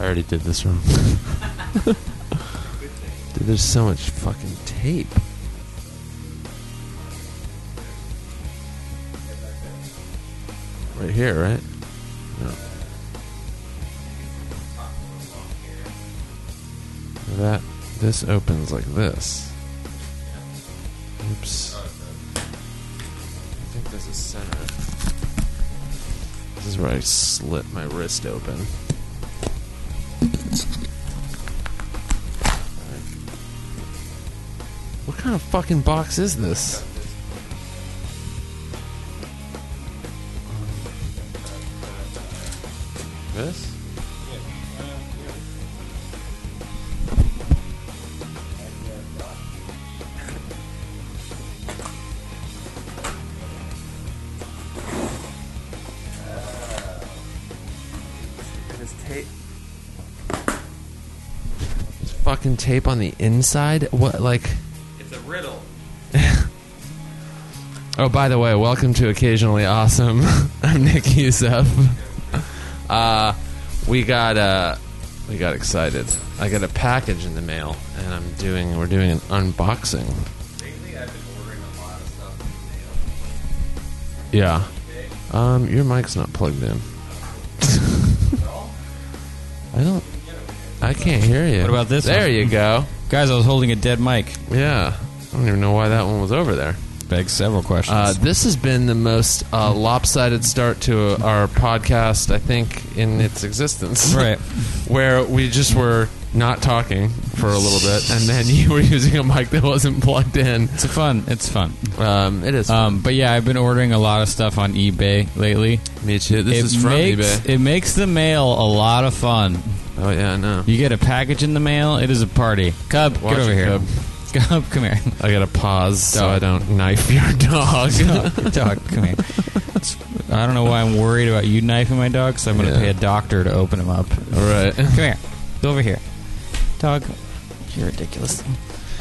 already did this one. Dude, there's so much fucking tape. Right here, right? No. That this opens like this. Oops. I think this is center. This is where I slit my wrist open. What kind of fucking box is this? This? This tape. There's fucking tape on the inside? What, like. It's a riddle. Oh, by the way, welcome to Occasionally Awesome. I'm Nick Youssef. Uh, we got uh, we got excited. I got a package in the mail, and I'm doing we're doing an unboxing. Lately, I've been ordering a lot of stuff from Yeah. the mail. Um, your mic's not plugged in. Okay. Well, I don't. I can't hear you. What about this There one? you go. Guys, I was holding a dead mic. Yeah. I don't even know why that one was over there. Begs several questions. Uh, this has been the most uh, lopsided start to our podcast, I think, in its existence. Right. Where we just were not talking for a little bit, and then you were using a mic that wasn't plugged in. it's a fun. It's fun. Um, it is. Um, but yeah, I've been ordering a lot of stuff on eBay lately. me too. This it is from makes, eBay. It makes the mail a lot of fun. oh, yeah, I know. You get a package in the mail, it is a party. Cub, Watch get over it, here. Cub, come here. I got to pause so Dog. I don't knife your dog. Dog, dog, come here. It's- I don't know why I'm worried about you knifing my dog, so I'm going to Yeah. pay a doctor to open him up. All right. Come here. Go over here. Dog, you're ridiculous.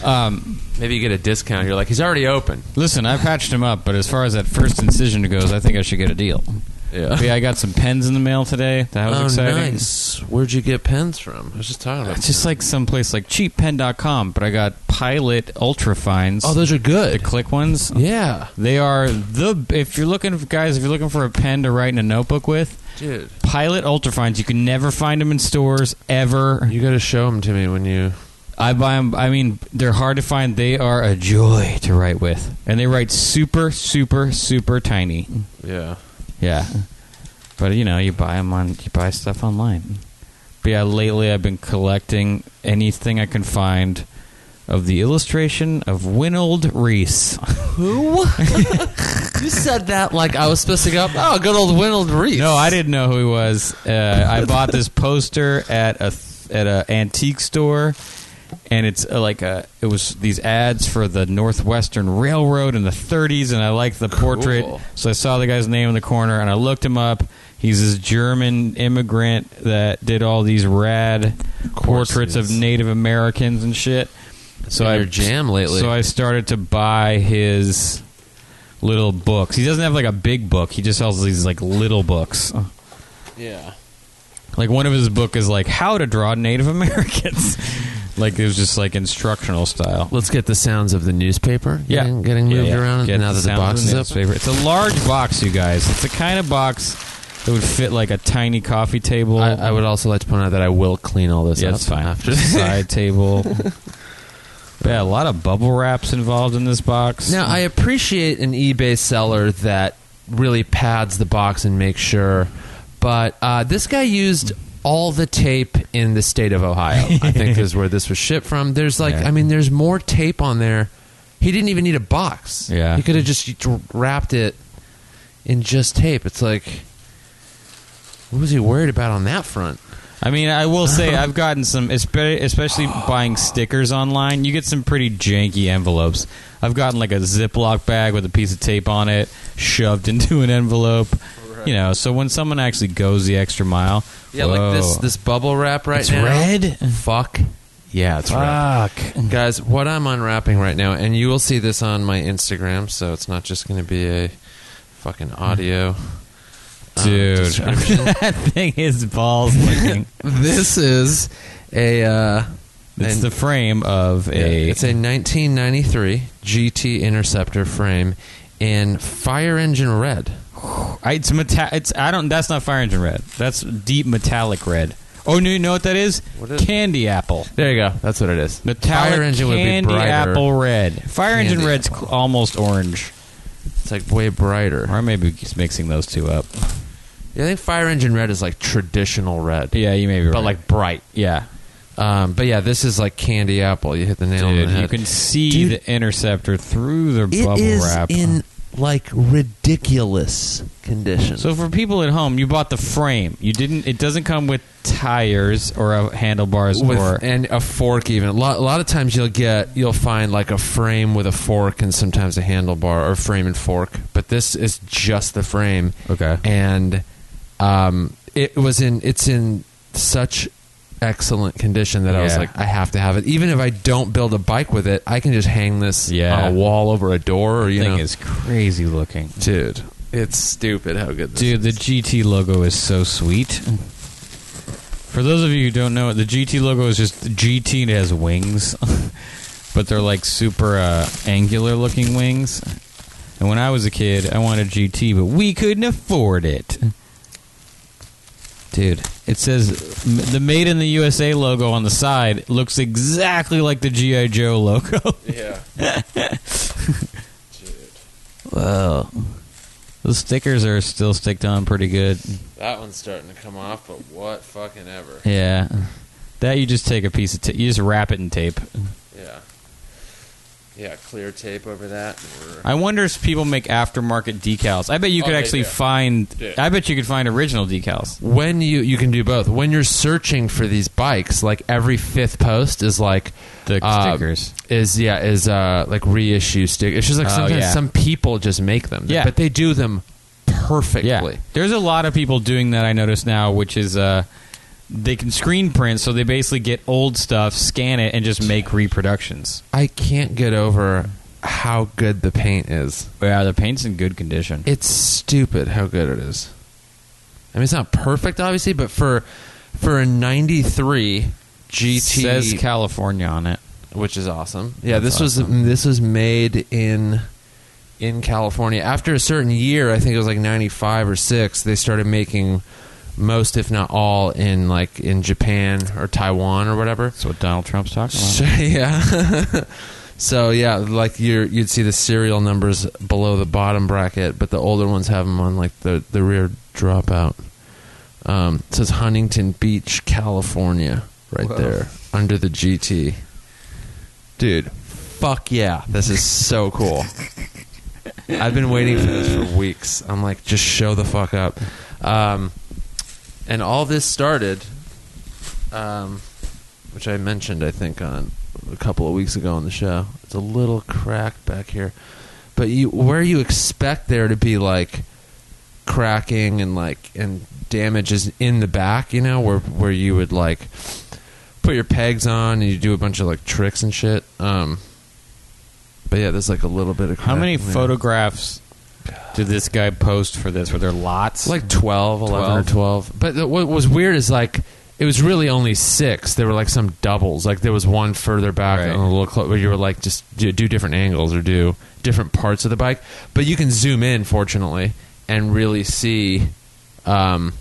Um, Maybe you get a discount. You're like, he's already open. Listen, I patched him up, but as far as that first incision goes, I think I should get a deal. Yeah. yeah, I got some pens in the mail today. That was oh, exciting. nice. Where'd you get pens from? I was just talking about It's just like someplace like cheappen.com, but I got Pilot Ultrafines. Oh, those are the good. click ones. Yeah. They are the if you're looking for guys, if you're looking for a pen to write in a notebook with, Dude. Pilot Ultrafines, you can never find them in stores ever. You got to show them to me when you. I buy them. I mean, they're hard to find. They are a joy to write with, and they write super, super, super tiny. Yeah. Yeah, but you know, you buy 'em on you buy stuff online. But yeah, lately I've been collecting anything I can find of the illustration of Winold Reese. Who? you said that like I was supposed to go. Oh, good old Winold Reese. no, I didn't know who he was. Uh, I bought this poster at a th- at a antique store. And it's uh, like a it was these ads for the Northwestern Railroad in the 30s, and I liked the portrait, Cool. so I saw the guy's name in the corner, and I looked him up. He's this German immigrant that did all these rad course portraits he of is. Native Americans and shit. been your jam lately. So I started to buy his little books. He doesn't have like a big book. He just sells these like little books. Yeah. Like one of his book is like how to draw Native Americans. like it was just like instructional style. Let's get the sounds of the newspaper. Getting, getting Yeah, moved yeah. around Get now that the sound box of is up. newspaper. It's a large box, you guys. It's the kind of box that would fit like a tiny coffee table. I, I would also like to point out that I will clean all this yeah, up that's fine. after Just a side table. yeah, a lot of bubble wraps involved in this box. Now, I appreciate an eBay seller that really pads the box and makes sure, but uh, this guy used all the tape in the state of Ohio. I think is where this was shipped from. There's like, Yeah. I mean, there's more tape on there. He didn't even need a box. Yeah. he could have just wrapped it in just tape. It's like, what was he worried about on that front? I mean, I will say I've gotten some, espe- especially buying stickers online. You get some pretty janky envelopes. I've gotten like a Ziploc bag with a piece of tape on it shoved into an envelope. You know, so when someone actually goes the extra mile, Yeah, like this whoa. this bubble wrap right It's now. red? Ah. Fuck. Yeah, it's red. Fuck. Guys, what I'm unwrapping right now, and you will see this Hmm. on my Instagram, so it's not just going to be a fucking audio. Dude, Uh, description. that thing is balls looking. this is a. Uh, It's an- the frame of yeah, a. it's a 1993 GT Interceptor frame in fire engine red. I- it's meta- It's I don't. That's not fire engine red. That's deep metallic red. Oh no! You know what that is? What is- candy apple. There you go. That's what it is. Metallic fire engine candy would be brighter. apple red. Fire Candy engine red's cl- almost orange, It's like way brighter. or maybe just mixing those two up. Yeah, I think fire engine red is like traditional red, Yeah, you may be right. but like bright. yeah, Um, but yeah, this is like candy apple. You hit the nail on the dude, head. you can see Dude, the interceptor through the It bubble is wrap. in like ridiculous condition. so for people at home, you bought the frame. You didn't. It doesn't come with tires or uh, handlebars with, or and a fork even a lot, a lot of times you'll get you'll find like a frame with a fork and sometimes a handlebar or frame and fork but this is just the frame Okay. and um, it was in it's in such excellent condition that i was Yeah. like i have to have it even if i don't build a bike with it i can just hang this Yeah. on a wall over a door or you thing know is crazy looking. dude it's stupid how good this Dude, the is. GT logo is so sweet. For those of you who don't know it, the GT logo is just GT and it has wings, but they're like super uh, angular looking wings. And when I was a kid, I wanted GT, but we couldn't afford it. Dude, it says m- the Made in the USA logo on the side looks exactly like the GI Joe logo. yeah Whoa. The stickers are still sticked on pretty good. that one's starting to come off but what fucking ever Yeah. That you just take a piece of tape, you just wrap it in tape. Yeah. Yeah, clear tape over that. I wonder if people make aftermarket decals. I bet you Oh, could they actually do. find. Do. I bet you could find original decals. When you you can do both. When you're searching for these bikes, like every fifth post is like The uh, stickers. Is yeah is uh like reissue stickers. It's just like Oh, sometimes yeah. some people just make them. Yeah. but they do them perfectly. Yeah, there's a lot of people doing that. I notice now, which is uh, they can screen print, so they basically get old stuff, scan it, and just make reproductions. I can't get over how good the paint is. Yeah, the paint's in good condition. It's stupid how good it is. I mean, it's not perfect, obviously, but for for a '93 GT says California on it. which is awesome. Yeah, That's this was this was made in in California. After a certain year, I think it was like 95 or 6, they started making most if not all in like in Japan or Taiwan or whatever. That's what Donald Trump's talking about. So, yeah. so yeah, like you you'd see the serial numbers below the bottom bracket, but the older ones have them on like the the rear dropout. Um, it says Huntington Beach, California, right Whoa. there under the GT. Dude, fuck yeah, this is so cool. I've been waiting for this for weeks. I'm like, just show the fuck up. Um, and all this started, um, which I mentioned, I think, on a couple of weeks ago on the show. It's a little crack back here, but you where you expect there to be like cracking and like and damages in the back, you know, where where you would like put your pegs on and you do a bunch of like tricks and shit. Um, but yeah, there's like a little bit of How many cracking there. photographs did this guy post for this? Were there lots? Like 12, 11 or 12. But th- what was weird is like it was really only six. There were like some doubles. Like there was one further back Right. and a little close where you were like just do, do different angles or do different parts of the bike. But you can zoom in, fortunately, and really see um,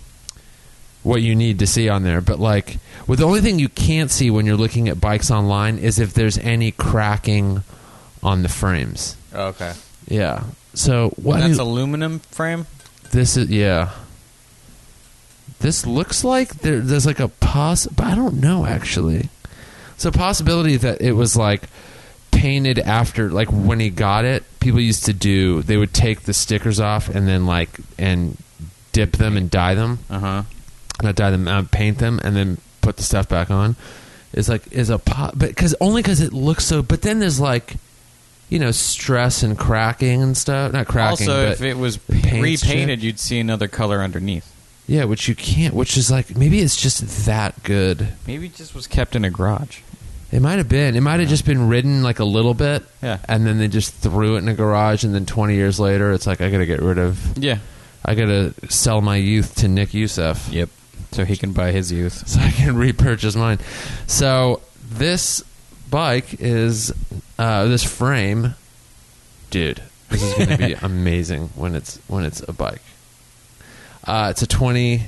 what you need to see on there. But like, well, the only thing you can't see when you're looking at bikes online is if there's any cracking on the frames. okay. Yeah. So what? And I mean- that's aluminum frame. this is yeah. This looks like there, there's like a poss. But I don't know actually. It's a possibility that it was like painted after, like when he got it. People used to do. They would take the stickers off and then like and dip them and dye them Uh huh. not dye them, uh, paint them, and then put the stuff back on. Is like is a pop, but because only because it looks so. But then there's like, you know, stress and cracking and stuff. Not cracking. also, but if it was the paint repainted, chip. you'd see another color underneath. yeah, which you can't. Which is like maybe it's just that good. Maybe it just was kept in a garage. It might have been. It might have just been ridden like a little bit. Yeah. And then they just threw it in a garage, and then 20 years later, it's like I gotta get rid of. Yeah. I gotta sell my youth to Nick Youssef Yep. So he can buy his youth. so I can repurchase mine. So this bike is uh, this frame, dude. This is going to be amazing when it's when it's a bike. Uh, it's a twenty,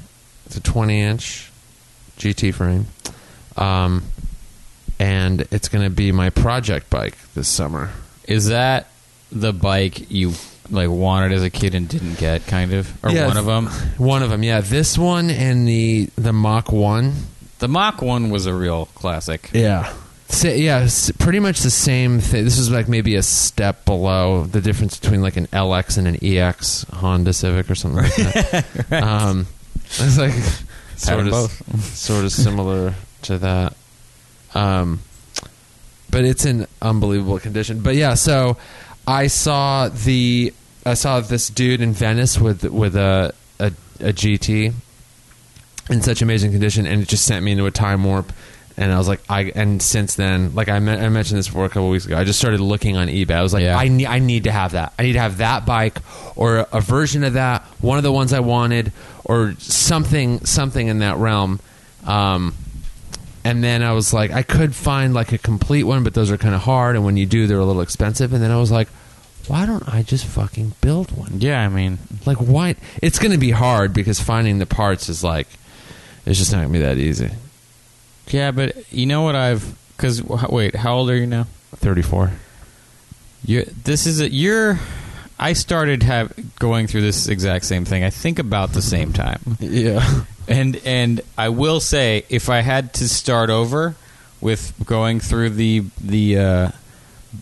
it's a twenty inch GT frame, um, and it's going to be my project bike this summer. Is that the bike you like wanted as a kid and didn't get? Kind of, or Yeah, one of them. One of them, yeah. This one and the the Mach One. The Mach One was a real classic. Yeah. Sa- yeah, s- pretty much the same thing. This is like maybe a step below the difference between like an LX and an EX Honda Civic or something like that. um, it's like sort them of sort of similar to that. Um, but it's in unbelievable condition. But yeah, so I saw the I saw this dude in Venice with with a a, a GT in such amazing condition, and it just sent me into a time warp. And I was like, I and since then, like I, me- I mentioned this before a couple weeks ago, I just started looking on eBay. I was like, Yeah. I need, I need to have that. I need to have that bike or a, version of that, one of the ones I wanted, or something, something in that realm. Um, and then I was like, I could find like a complete one, but those are kind of hard. And when you do, they're a little expensive. And then I was like, why don't I just fucking build one? Yeah, I mean, Like why? It's going to be hard because finding the parts is like it's just not going to be that easy. yeah, but you know what I've? Because wait, how old are you now? Thirty-four. You this is a you're I started have going through this exact same thing. I think about the same time. Yeah. And and I will say if I had to start over with going through the the uh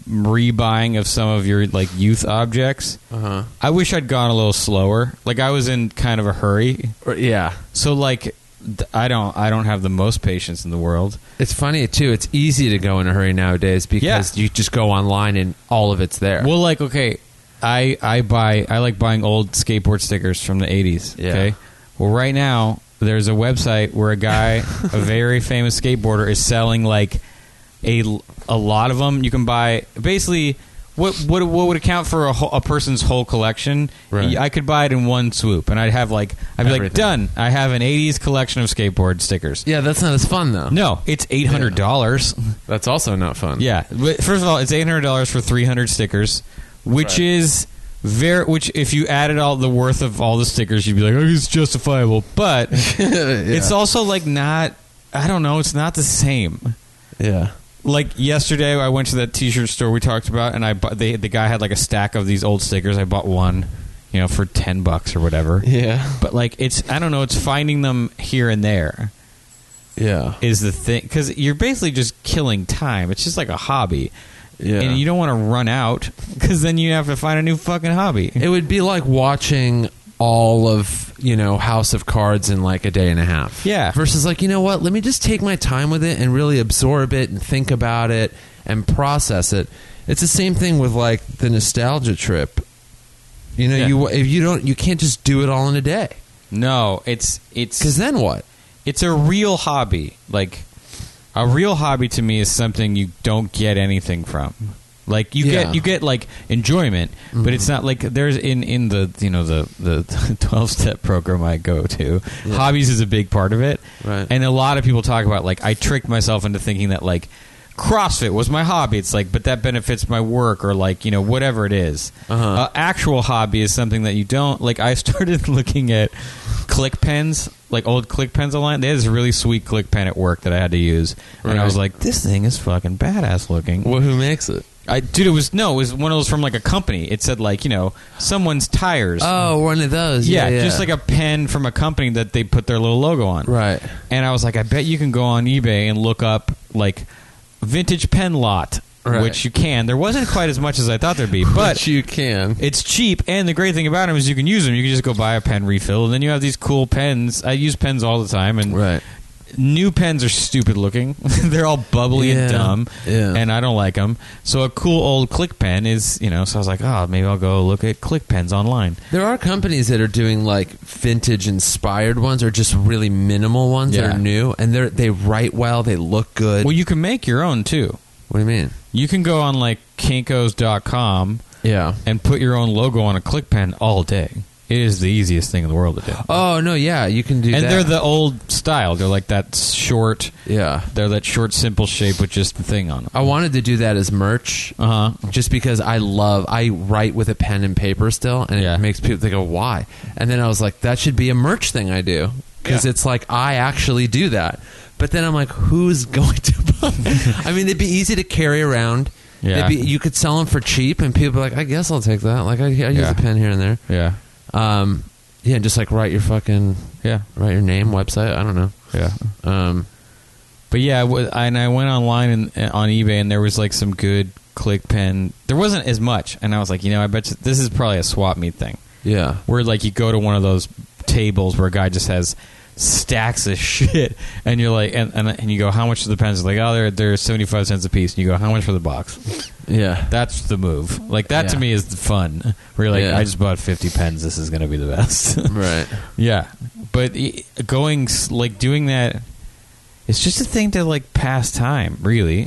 rebuying of some of your like youth objects, Uh I wish I'd gone a little slower. Like I was in kind of a hurry. huh. Yeah. So like th- I don't I don't have the most patience in the world. It's funny too. It's easy to go in a hurry nowadays because Yeah. you just go online and all of it's there. Well, like okay, I I buy I like buying old skateboard stickers from the eighties. Yeah. Okay. Well, right now there's a website where a guy, a very famous skateboarder, is selling like a a lot of them. You can buy basically. What, what, what would account for a, whole, a person's whole collection? Right. I could buy it in one swoop, and I'd have like I'd be like Everything. done. I have an '80s collection of skateboard stickers. yeah, that's not as fun though. No, it's eight hundred dollars. that's also not fun. Yeah. But first of all, it's eight hundred dollars for three hundred stickers, which Right. is very. Which if you added all the worth of all the stickers, you'd be like, oh, it's justifiable. But it's also like not. I don't know. It's not the same. Yeah. Like yesterday, I went to that T-shirt store we talked about, and I bought, they, the guy had like a stack of these old stickers. I bought one, you know, for ten bucks or whatever. Yeah. But like, it's I don't know. It's finding them here and there Yeah. is the thing because you're basically just killing time. It's just like a hobby, Yeah. and you don't want to run out because then you have to find a new fucking hobby. It would be like watching all of you know House of Cards in like a day and a half. Yeah. Versus like you know what? Let me just take my time with it and really absorb it and think about it and process it. It's the same thing with like the nostalgia trip. You know, Yeah. you if you don't, you can't just do it all in a day no, it's because it's then what? it's a real hobby. Like a real hobby to me is something you don't get anything from. Like you Yeah. Mm-hmm. get you get like enjoyment, but it's not like there's in in the you know the the twelve step program I go to. Yeah. Hobbies is a big part of it, Right. and a lot of people talk about like I tricked myself into thinking that like CrossFit was my hobby. It's like, but that benefits my work or like you know whatever it is. Uh-huh. A Uh, actual hobby is something that you don't like. I started looking at click pens, like old click pens online. They had this really sweet click pen at work that I had to use, and I Right. was like, this thing is fucking badass looking. Well, who makes it? I dude, it was no, it was one of those from like a company. It said like you know someone's tires. Oh, one of those. yeah, just like a pen from a company that they put their little logo on. right. And I was like, I bet you can go on eBay and look up like vintage pen lot, Right. which you can. There wasn't quite as much as I thought there'd be, but Which you can. it's cheap. And the great thing about them is you can use them. You can just go buy a pen refill, and then you have these cool pens. I use pens all the time, and Right. new pens are stupid looking. They're all bubbly Yeah. and dumb, Yeah. and I don't like them. So a cool old click pen is, you know. So I was like, oh, maybe I'll go look at click pens online. There are companies that are doing like vintage inspired ones or just really minimal ones that Yeah. are new and they they write well, they look good. Well, you can make your own too. what do you mean? You can go on like kinkos.com Yeah. and put your own logo on a click pen all day. It is the easiest thing in the world to do. Oh no, yeah, you can do. and that. they're the old style. They're like that short. yeah. They're that short, simple shape with just the thing on them. I wanted to do that as merch, Uh huh. just because I love. I write with a pen and paper still, and Yeah. it makes people. They go, "Why?" And then I was like, "That should be a merch thing I do," because Yeah. it's like I actually do that. But then I'm like, "Who's going to?" buy I mean, they'd be easy to carry around. Yeah. They'd Be, you could sell them for cheap, and people are like, "I guess I'll take that." Like I, I use Yeah. a pen here and there. Yeah. Um, yeah, just like write your fucking Yeah. write your name, website. I don't know. Yeah. Um, But yeah, I wa- and I went online and, and on eBay, and there was like some good click pen. There wasn't as much, and I was like, you know, I bet you, this is probably a swap meet thing, yeah. where like you go to one of those tables where a guy just has stacks of shit, and you're like, and and, and you go, how much for the pens? Like, oh, they're they're seventy five cents a piece, and you go, how much for the box? Yeah. That's the move. Like that to Yeah. me is the fun. Where you're like, Yeah. I just bought fifty pens. This is gonna be the best. right. Yeah, but e- going s- like doing that, it's just a thing to like pass time. Really,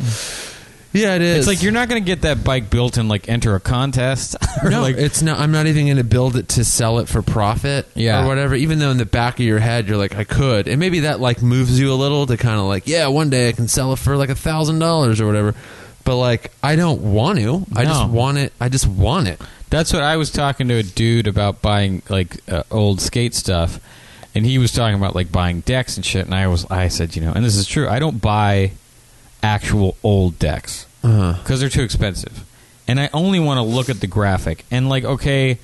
Yeah, it is. it's like you're not going to get that bike built and like enter a contest. or, no, like, it's not. I'm not even going to build it to sell it for profit, Yeah. or whatever. Even though in the back of your head you're like, I could, and maybe that like moves you a little to kind of like, yeah, one day I can sell it for like a thousand dollars or whatever. But like, I don't want to. I No. just want it. I just want it. that's what I was talking to a dude about buying like uh, old skate stuff, and he was talking about like buying decks and shit. And I was, I said, you know, and this is true. I don't buy actual old decks. Uh, because they're too expensive. And I only want to look at the graphic. And like, okay,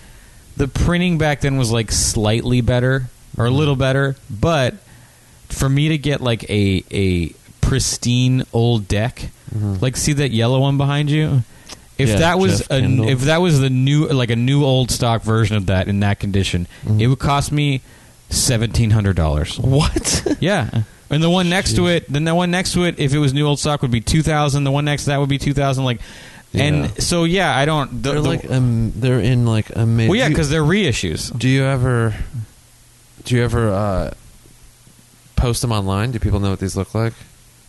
the printing back then was like slightly better or a Mm-hmm. little better, but for me to get like a a pristine old deck, like see that yellow one behind you. If Mm-hmm. Yeah, that was Jeff a, Kendall. if that was the new like a new old stock version of that in that condition, Mm-hmm. it would cost me seventeen hundred dollars. what? Yeah. And the one next to it, then the one next to it, if it was new old stock, would be two thousand. The one next to that would be two thousand. Like, Yeah. and so yeah, I don't. The, they're the- like, um, they're in like a. ma- well, yeah, you- because they're reissues. Do you ever? Do you ever uh, post them online? Do people know what these look like?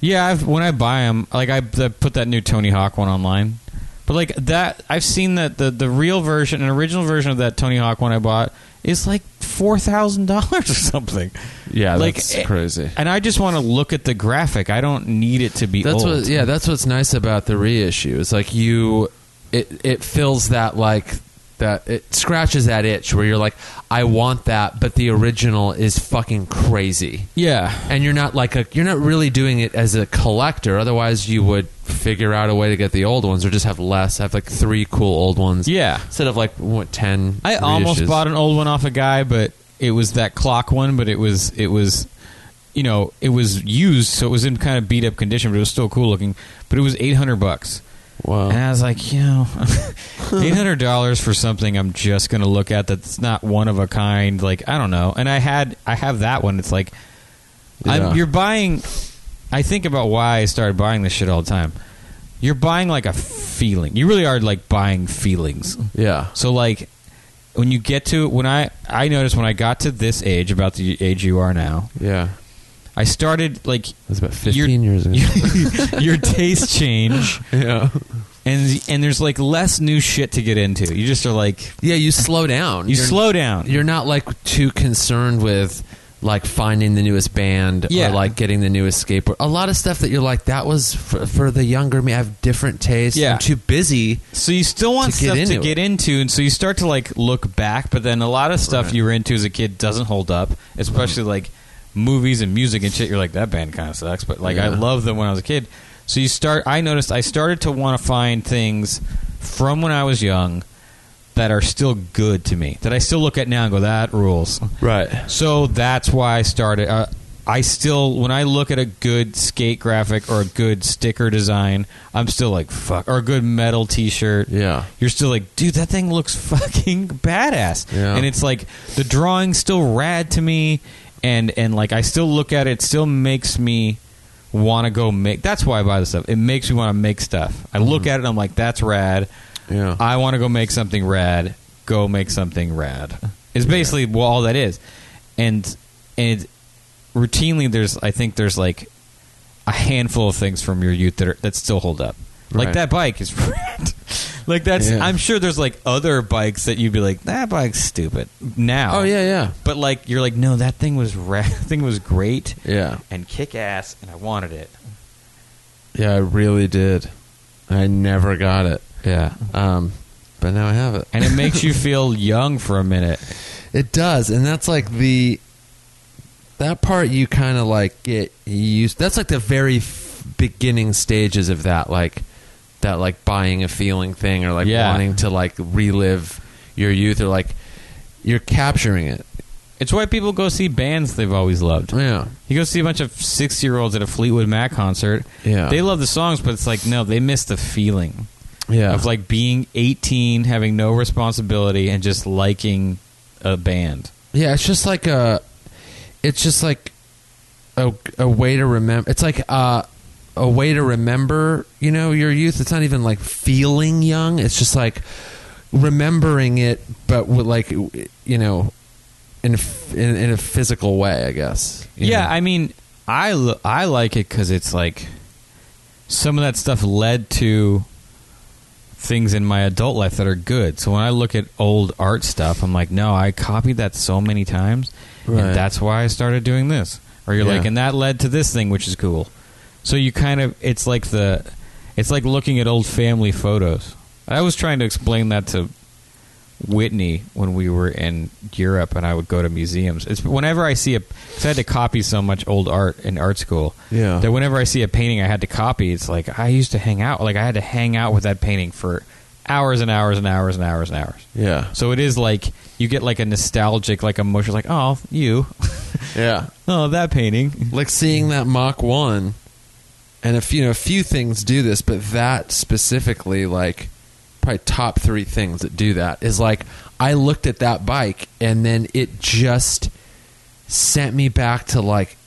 Yeah, I've, when I buy them, like I the, put that new Tony Hawk one online, but like that, I've seen that the the real version, an original version of that Tony Hawk one I bought is like four thousand dollars or something. Yeah, Like, that's eh, crazy. And I just want to look at the graphic. I don't need it to be That's old. what. Yeah, that's what's nice about the reissue. It's like you, it it fills that like that it scratches that itch where you're like, I want that, but the original is fucking crazy. yeah. And you're not like a you're not really doing it as a collector. Otherwise, you would figure out a way to get the old ones or just have less. Have like three cool old ones. Yeah. Instead of like what ten. I almost reissues. bought an old one off a guy, but it was that clock one, but it was it was you know, it was used, so it was in kind of beat up condition, but it was still cool looking. But it was eight hundred bucks. Wow. And I was like, you know, eight hundred dollars for something I'm just gonna look at that's not one of a kind. Like I don't know. And I had I have that one. It's like Yeah. I'm, you're buying. I think about why I started buying this shit all the time. You're buying like a feeling. You really are like buying feelings. Yeah. So like when you get to when I I noticed when I got to this age, about the age you are now, Yeah. I started like It was about your- fifteen years ago. Your, your taste change, yeah. and and there's like less new shit to get into. You just are like Yeah. You slow down. you You're- slow down. you're not like too concerned with like finding the newest band Yeah. or like getting the newest skateboard. A lot of stuff that you're like that was for, for the younger me. I have different tastes. Yeah. I'm too busy. so you still want to get stuff to into get into, and so you start to like look back. But then a lot of stuff Right. you were into as a kid doesn't hold up, especially like movies and music and shit. You're like that band kind of sucks, but like I Yeah. loved them when I was a kid. So you start. I noticed I started to want to find things from when I was young that are still good to me that I still look at now and go that rules. Right. So that's why I started. Uh, I still, when I look at a good skate graphic or a good sticker design, I'm still like, fuck. Or a good metal t shirt. Yeah. You're still like, dude, that thing looks fucking badass. Yeah. And it's like, the drawing's still rad to me. And, and like, I still look at it, it still makes me want to go make. That's why I buy this stuff. It makes me want to make stuff. I look at it, I'm like, that's rad. Mm-hmm. Yeah. I want to go make something rad. Go make something rad. Is basically well, all that is, and and routinely there's I think there's like a handful of things from your youth that are, that still hold up. Like Right. that bike is rad. Like that's Yeah. I'm sure there's like other bikes that you'd be like, that bike's stupid now. Oh yeah, yeah, But like you're like, no, that thing was ra- that thing was great yeah, and kick ass and I wanted it. yeah. I really did. I never got it. Yeah. Um, but now I have it, And it makes you feel young for a minute. It does, and that's like the that part you kind of like get used. That's like the very f- beginning stages of that, like that, like buying a feeling thing, or like Yeah. wanting to like relive your youth, or like you're capturing it. It's why people go see bands they've always loved. Yeah, You go see a bunch of six year olds at a Fleetwood Mac concert. Yeah. They love the songs, but it's like, no, they miss the feeling yeah. of like being 18, having no responsibility, and just liking a band. Yeah, it's just like a, it's just like a, a way to remember. It's like a, a way to remember. You know, your youth. It's not even like feeling young. It's just like remembering it, but with like you know, in a, f- in, in a physical way. I guess. you Yeah, know? I mean, I, l- I like it because it's like some of that stuff led to things in my adult life that are good. So when I look at old art stuff, I'm like, no, I copied that so many times, Right. and that's why I started doing this. Or you're Yeah. like, and that led to this thing, which is cool. So you kind of, it's like the, it's like looking at old family photos. I was trying to explain that to Whitney when we were in Europe and I would go to museums. It's whenever I see a, cause I had to copy so much old art in art school. Yeah. That whenever I see a painting I had to copy, it's like I used to hang out. Like I had to hang out with that painting for hours and hours and hours and hours and hours. Yeah. So it is like you get like a nostalgic, like emotion, like oh you, Yeah. oh that painting. like seeing that Mach One, and a few, you know, a few things do this, but that specifically, like probably top three things that do that is like I looked at that bike and then it just sent me back to like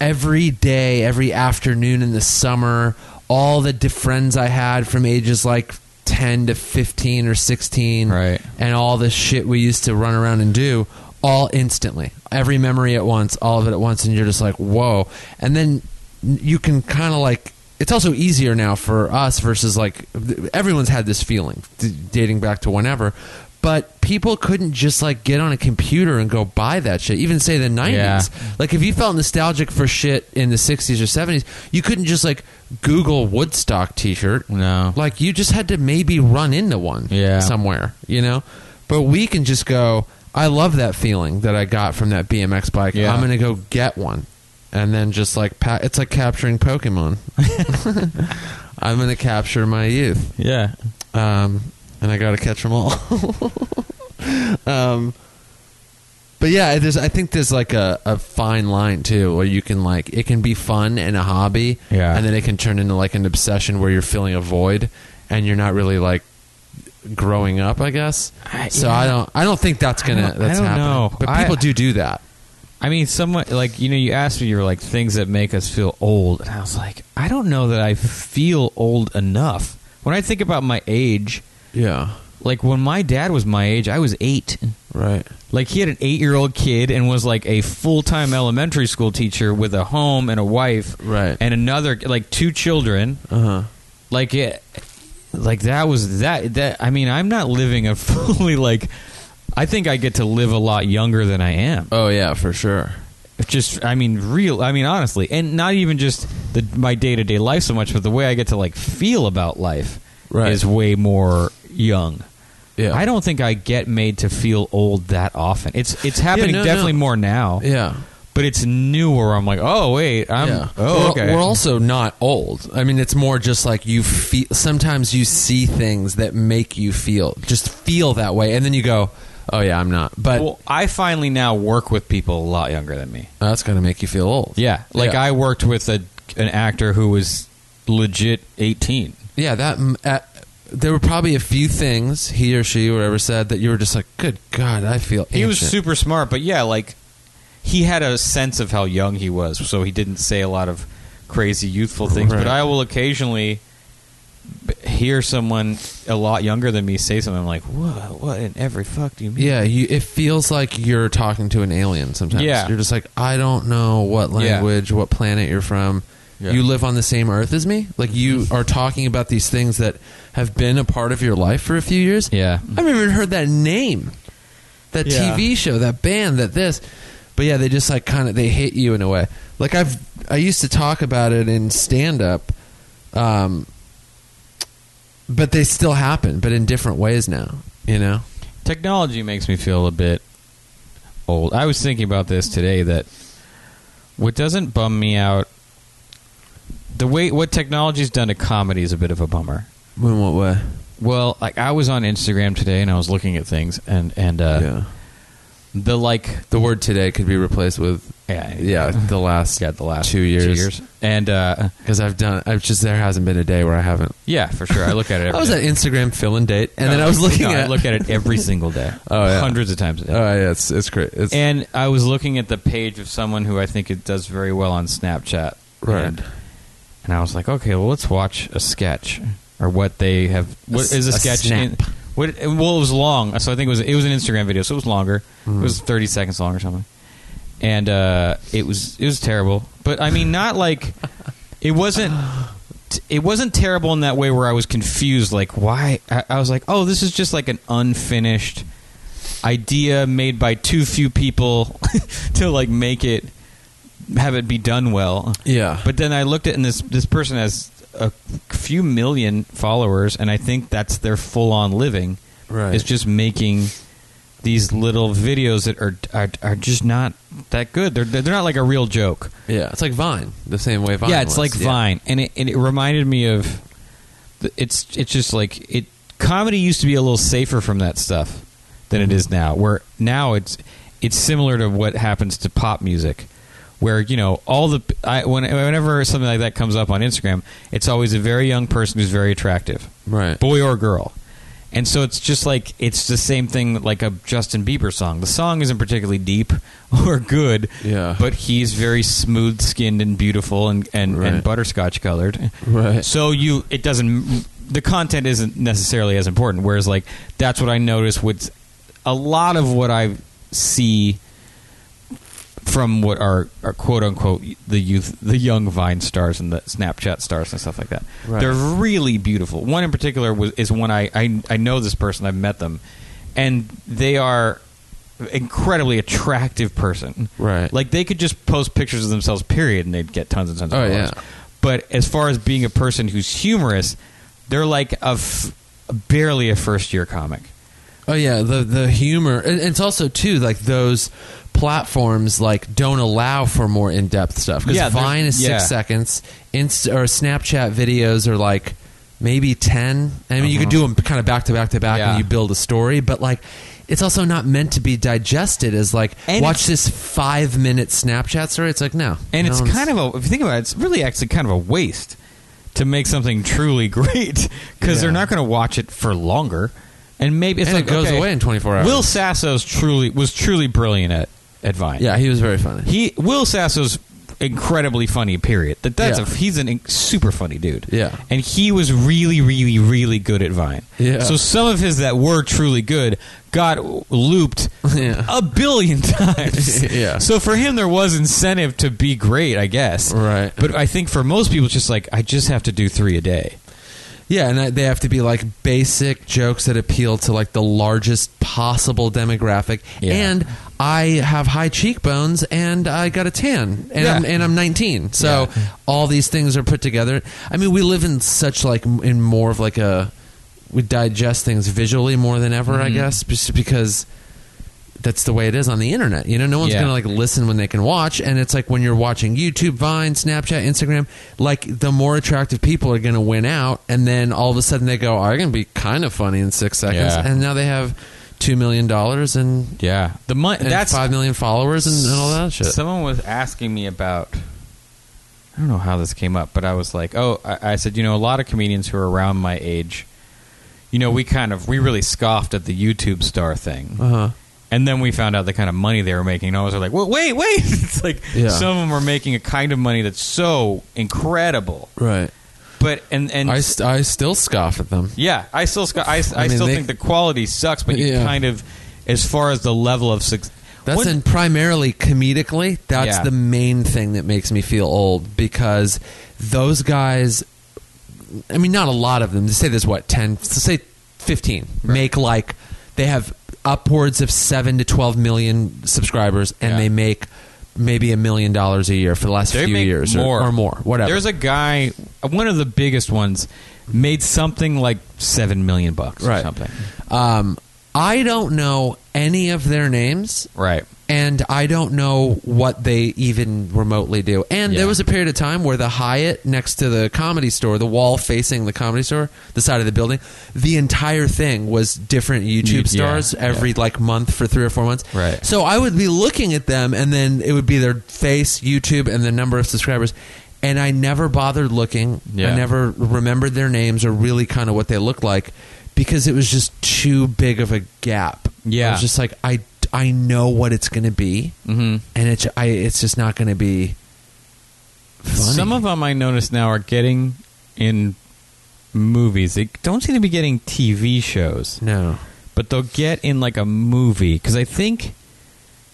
every day, every afternoon in the summer, all the di- friends I had from ages like. 10 to 15 or 16 Right. and all the shit we used to run around and do all instantly every memory at once all of it at once and you're just like whoa and then you can kind of like it's also easier now for us versus like th- everyone's had this feeling d- dating back to whenever but people couldn't just like get on a computer and go buy that shit even say the 90s Yeah. like if you felt nostalgic for shit in the 60s or 70s you couldn't just like google woodstock t-shirt No. like you just had to maybe run into one Yeah. somewhere, you know? But we can just go, I love that feeling that I got from that BMX bike. Yeah. I'm going to go get one. And then just like, pa- it's like capturing Pokemon. I'm going to capture my youth. Yeah. Um, and I got to catch them all. um, but yeah, there's, I think there's like a, a fine line too, where you can like, it can be fun and a hobby. Yeah. And then it can turn into like an obsession where you're feeling a void and you're not really like growing up, I guess. I- so yeah. I don't, I don't think that's going I to, don't- that's I don't happening. know. But I- people do do that. I mean, somewhat like you know, you asked me, you were like things that make us feel old, and I was like, I don't know that I feel old enough. When I think about my age, Yeah. like when my dad was my age, I was eight. Right. Like he had an eight-year-old kid and was like a full-time elementary school teacher with a home and a wife, Right. and another like two children. Uh huh. Like it, like that was that that. I mean, I'm not living a fully like. I think I get to live a lot younger than I am Oh yeah, for sure. just i mean real i mean honestly and not even just the my day-to-day life so much but the way i get to like feel about life Right. is way more young Yeah. i don't think i get made to feel old that often it's it's happening no, definitely no. more now Yeah. but it's newer i'm like oh wait i'm yeah. oh we're, okay we're also not old. I mean, it's more just like you feel. Sometimes you see things that make you feel just feel that way, and then you go, "Oh yeah, I'm not." But well, i finally now work with people a lot younger than me that's gonna make you feel old. yeah like i worked with a, an actor who was legit 18 yeah. That m- uh, there were probably a few things he or she, whatever, said that you were just like, "Good God, I feel." He was ancient." super smart, but yeah, like he had a sense of how young he was, so he didn't say a lot of crazy youthful things. Right. But I will occasionally b- hear someone a lot younger than me say something. I'm like, "What? What in every fuck do you mean?" Yeah, you, it feels like you're talking to an alien sometimes. Yeah. You're just like, I don't know what Yeah. language, what planet you're from. Yeah. You live on the same earth as me. Like you are talking about these things that have been a part of your life for a few years. Yeah. I've never even heard that name, that Yeah. TV show, that band, that this. But yeah, they just like kind of they hit you in a way. Like I've I used to talk about it in stand up, um, but they still happen, but in different ways now. You know. Technology makes me feel a bit old. I was thinking about this today that what doesn't bum me out the way what technology's done to comedy is a bit of a bummer. In what way? Well, like I was on Instagram today and I was looking at things and and uh, yeah. the like The word today could be replaced with yeah yeah the last yeah the last two years and uh, because I've done I've just there hasn't been a day where I haven't. yeah for sure I look at it. Every I was day. at Instagram filling date and then I was looking No, at I look at it every single day. Oh, yeah. hundreds of times a day. Oh yeah, it's it's great. It's and I was looking at the page of someone who I think it does very well on Snapchat. Right. And, and I was like, okay, well, let's watch a sketch or what they have. What s- is a a sketch? snap. in- what? Well, it was long, so I think it was it was an Instagram video, so it was longer. Hmm. It was thirty seconds long or something, and uh, it was it was terrible. But I mean, not like it wasn't. It wasn't terrible in that way where I was confused. Like, why? I, I was like, oh, this is just like an unfinished idea made by too few people to like make it have it be done well. yeah, But then I looked at and this this person has a few million followers, and I think that's their full on living. Right. It's just making these little videos that are are, are just not that good. They're they're not like a real joke. yeah, it's like Vine, the same way Vine. yeah, was. it's like Vine, and it and it reminded me of th- it's it's just like it. Comedy used to be a little safer from that stuff than Mm-hmm. it is now. Where now it's it's similar to what happens to pop music, where you know all the I, when, whenever something like that comes up on Instagram, it's always a very young person who's very attractive, Right. Boy or girl. And so it's just like it's the same thing that, like a Justin Bieber song. The song isn't particularly deep or good, Yeah. but he's very smooth skinned and beautiful and and, Right. and butterscotch colored. Right. So you it doesn't the content isn't necessarily as important. Whereas like that's what I notice with a lot of what I see from what are, are quote unquote the youth the young Vine stars and the Snapchat stars and stuff like that. Right. They're really beautiful. One in particular was is one I, I I know this person, I've met them, and they are incredibly attractive person. Right. Like they could just post pictures of themselves, period, and they'd get tons and tons of Oh, followers. yeah. But as far as being a person who's humorous, they're like a f- barely a first year comic. Oh yeah, the the humor. And and it's also too like those platforms like don't allow for more in depth stuff because Yeah, they're- Vine is six yeah. seconds, Insta or Snapchat videos are like maybe ten. I mean, you could do them kind of back to back to back, Uh-huh. Yeah. and you build a story, but like. It's also not meant to be digested as like And watch it's- this five minute Snapchat story. It's like no, And No it's one's- kind of a if you think about it, it's really actually kind of a waste to make something truly great because Yeah. they're not going to watch it for longer. And maybe it's And it like goes okay, away in 24 hours. Will Sasso's truly was truly brilliant at, at Vine. yeah. He was very funny. He Will Sasso's incredibly funny. Period. That that's Yeah. a, he's an in, super funny dude. Yeah. and he was really, really, really good at Vine. Yeah. So some of his that were truly good got looped Yeah. a billion times. Yeah. So for him, there was incentive to be great, I guess. Right. But I think for most people, it's just like I just have to do three a day. Yeah, and I- they have to be like basic jokes that appeal to like the largest possible demographic. Yeah. And I have high cheekbones, and I got a tan, and I'm Yeah. and I'm 19. So Yeah. all these things are put together. I mean, we live in such like m- in more of like a we digest things visually more than ever, Mm-hmm. I guess, just because that's the way it is on the internet. You know, no one's Yeah. gonna like listen when they can watch, and it's like when you're watching YouTube, Vine, Snapchat, Instagram. Like the more attractive people are gonna win out, and then all of a sudden they go, "Oh, "I'm gonna be kind of funny in six seconds," Yeah. and now they have two million dollars and Yeah. The money and that's five million followers and, and all that shit. Someone was asking me about. I don't know how this came up, but I was like, "Oh, I, I said, you know, a lot of comedians who are around my age, you know, we kind of we really scoffed at the YouTube star thing, Uh-huh. and then we found out the kind of money they were making. And I was like, well, wait, wait! it's like Yeah. some of them are making a kind of money that's so incredible, Right. but and and I, st- I still scoff at them. yeah, I still sc- I, I, I mean, still they- think the quality sucks, but you Yeah. kind of as far as the level of success. That's One- in primarily comedically. That's Yeah. the main thing that makes me feel old because those guys I mean, not a lot of them. Say there's what ten, say fifteen, make like they have upwards of seven to twelve million subscribers, and Yeah. they make maybe a million dollars a year for the last They few make years, or- Or, more, whatever. There's a guy, one of the biggest ones, made something like seven million bucks or Right. something. um, I don't know any of their names, Right. and I don't know what they even remotely do. And Yeah. there was a period of time where the Hyatt next to the comedy store, the wall facing the comedy store, the side of the building, the entire thing was different You- YouTube yeah, stars every yeah. like month for three or four months. Right. So I would be looking at them, and then it would be their face, YouTube, and the number of subscribers. And I never bothered looking. Yeah. I never remembered their names or really kind of what they looked like because it was just too big of a gap. Yeah. I was just like I I know what it's going to be, Mm-hmm. and it's I it's just not going to be. Funny. Some of them I notice now are getting in movies. They don't seem to be getting TV shows, No, but they'll get in like a movie because I think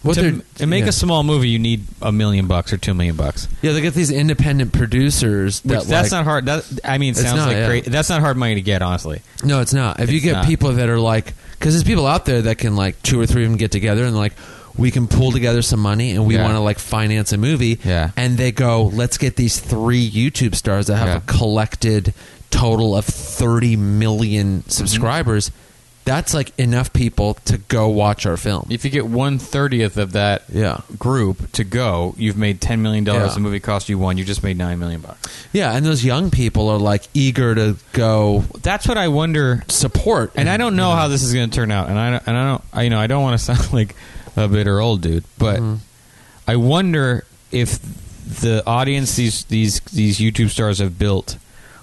what to, they're- to make yeah. a small movie you need a million bucks or two million bucks. yeah they get these independent producers Which that that's like, not hard. That I mean, It's sounds not, like yeah. great. That's not hard money to get, honestly. No, it's not. If you It's get not. people that are like, because there's people out there that can like two or three of them get together and like, we can pull together some money and we Yeah. want to like finance a movie. Yeah. And they go, let's get these three YouTube stars that have Yeah. a collected total of 30 million Mm-hmm. subscribers. That's like enough people to go watch our film. If you get one thirtieth of that Yeah. group to go, you've made ten million dollars. Yeah. The movie cost you one. You just made nine million bucks. Yeah. And those young people are like eager to go That's what I wonder. support. And I don't know how this is going to turn out. And I don't- and I don't I, you know I don't want to sound like a bitter old dude, but I wonder if the audience these these these YouTube stars have built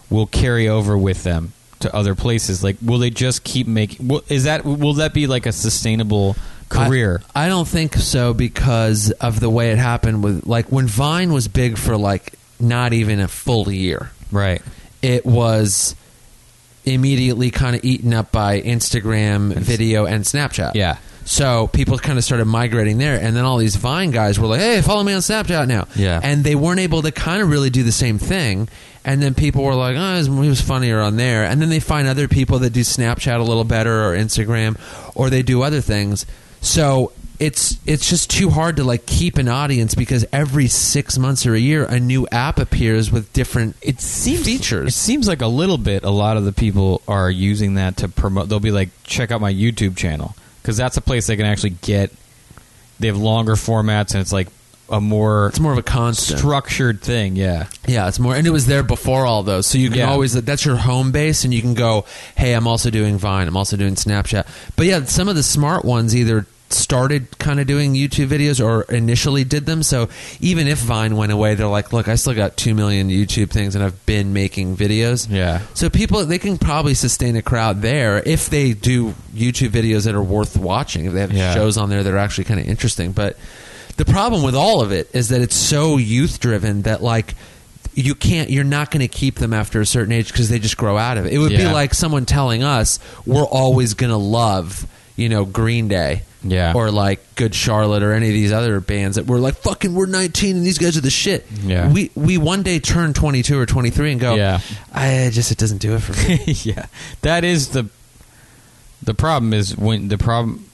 will carry over with them to other places. Like, will they just keep making? Will, is that will that be like a sustainable career? I, I don't think so because of the way it happened with like when Vine was big for like not even a full year. right. It was immediately kind of eaten up by Instagram video and Snapchat. Yeah. So people kind of started migrating there and then all these Vine guys were like, "Hey, follow me on Snapchat now." Yeah. And they weren't able to kind of really do the same thing. And then people were like, oh, he was funnier on there. And then they find other people that do Snapchat a little better or Instagram or they do other things. So it's it's just too hard to like keep an audience because every six months or a year a new app appears with different It seems features. It seems like a little bit. A lot of the people are using that to promote. They'll be like, check out my YouTube channel because that's a place they can actually get. They have longer formats and it's like a more it's more of a constant. structured thing. Yeah, Yeah, it's more, and it was there before all those. So you can Yeah. always that's your home base, and you can go, hey, I'm also doing Vine, I'm also doing Snapchat. But yeah, some of the smart ones either started kind of doing YouTube videos or initially did them. So even if Vine went away, they're like, look, I still got two million YouTube things, and I've been making videos. Yeah. So people they can probably sustain a crowd there if they do YouTube videos that are worth watching. If they have Yeah. shows on there that are actually kind of interesting. But the problem with all of it is that it's so youth driven that like you can't you're not going to keep them after a certain age because they just grow out of it. It would be Yeah. like someone telling us we're always going to love you know Green Day. Yeah. Or like Good Charlotte or any of these other bands that we're like fucking we're 19 and these guys are the shit. Yeah. We we one day turn 22 or 23 and go Yeah. I just it doesn't do it for me. yeah. That is the the problem is when the problem.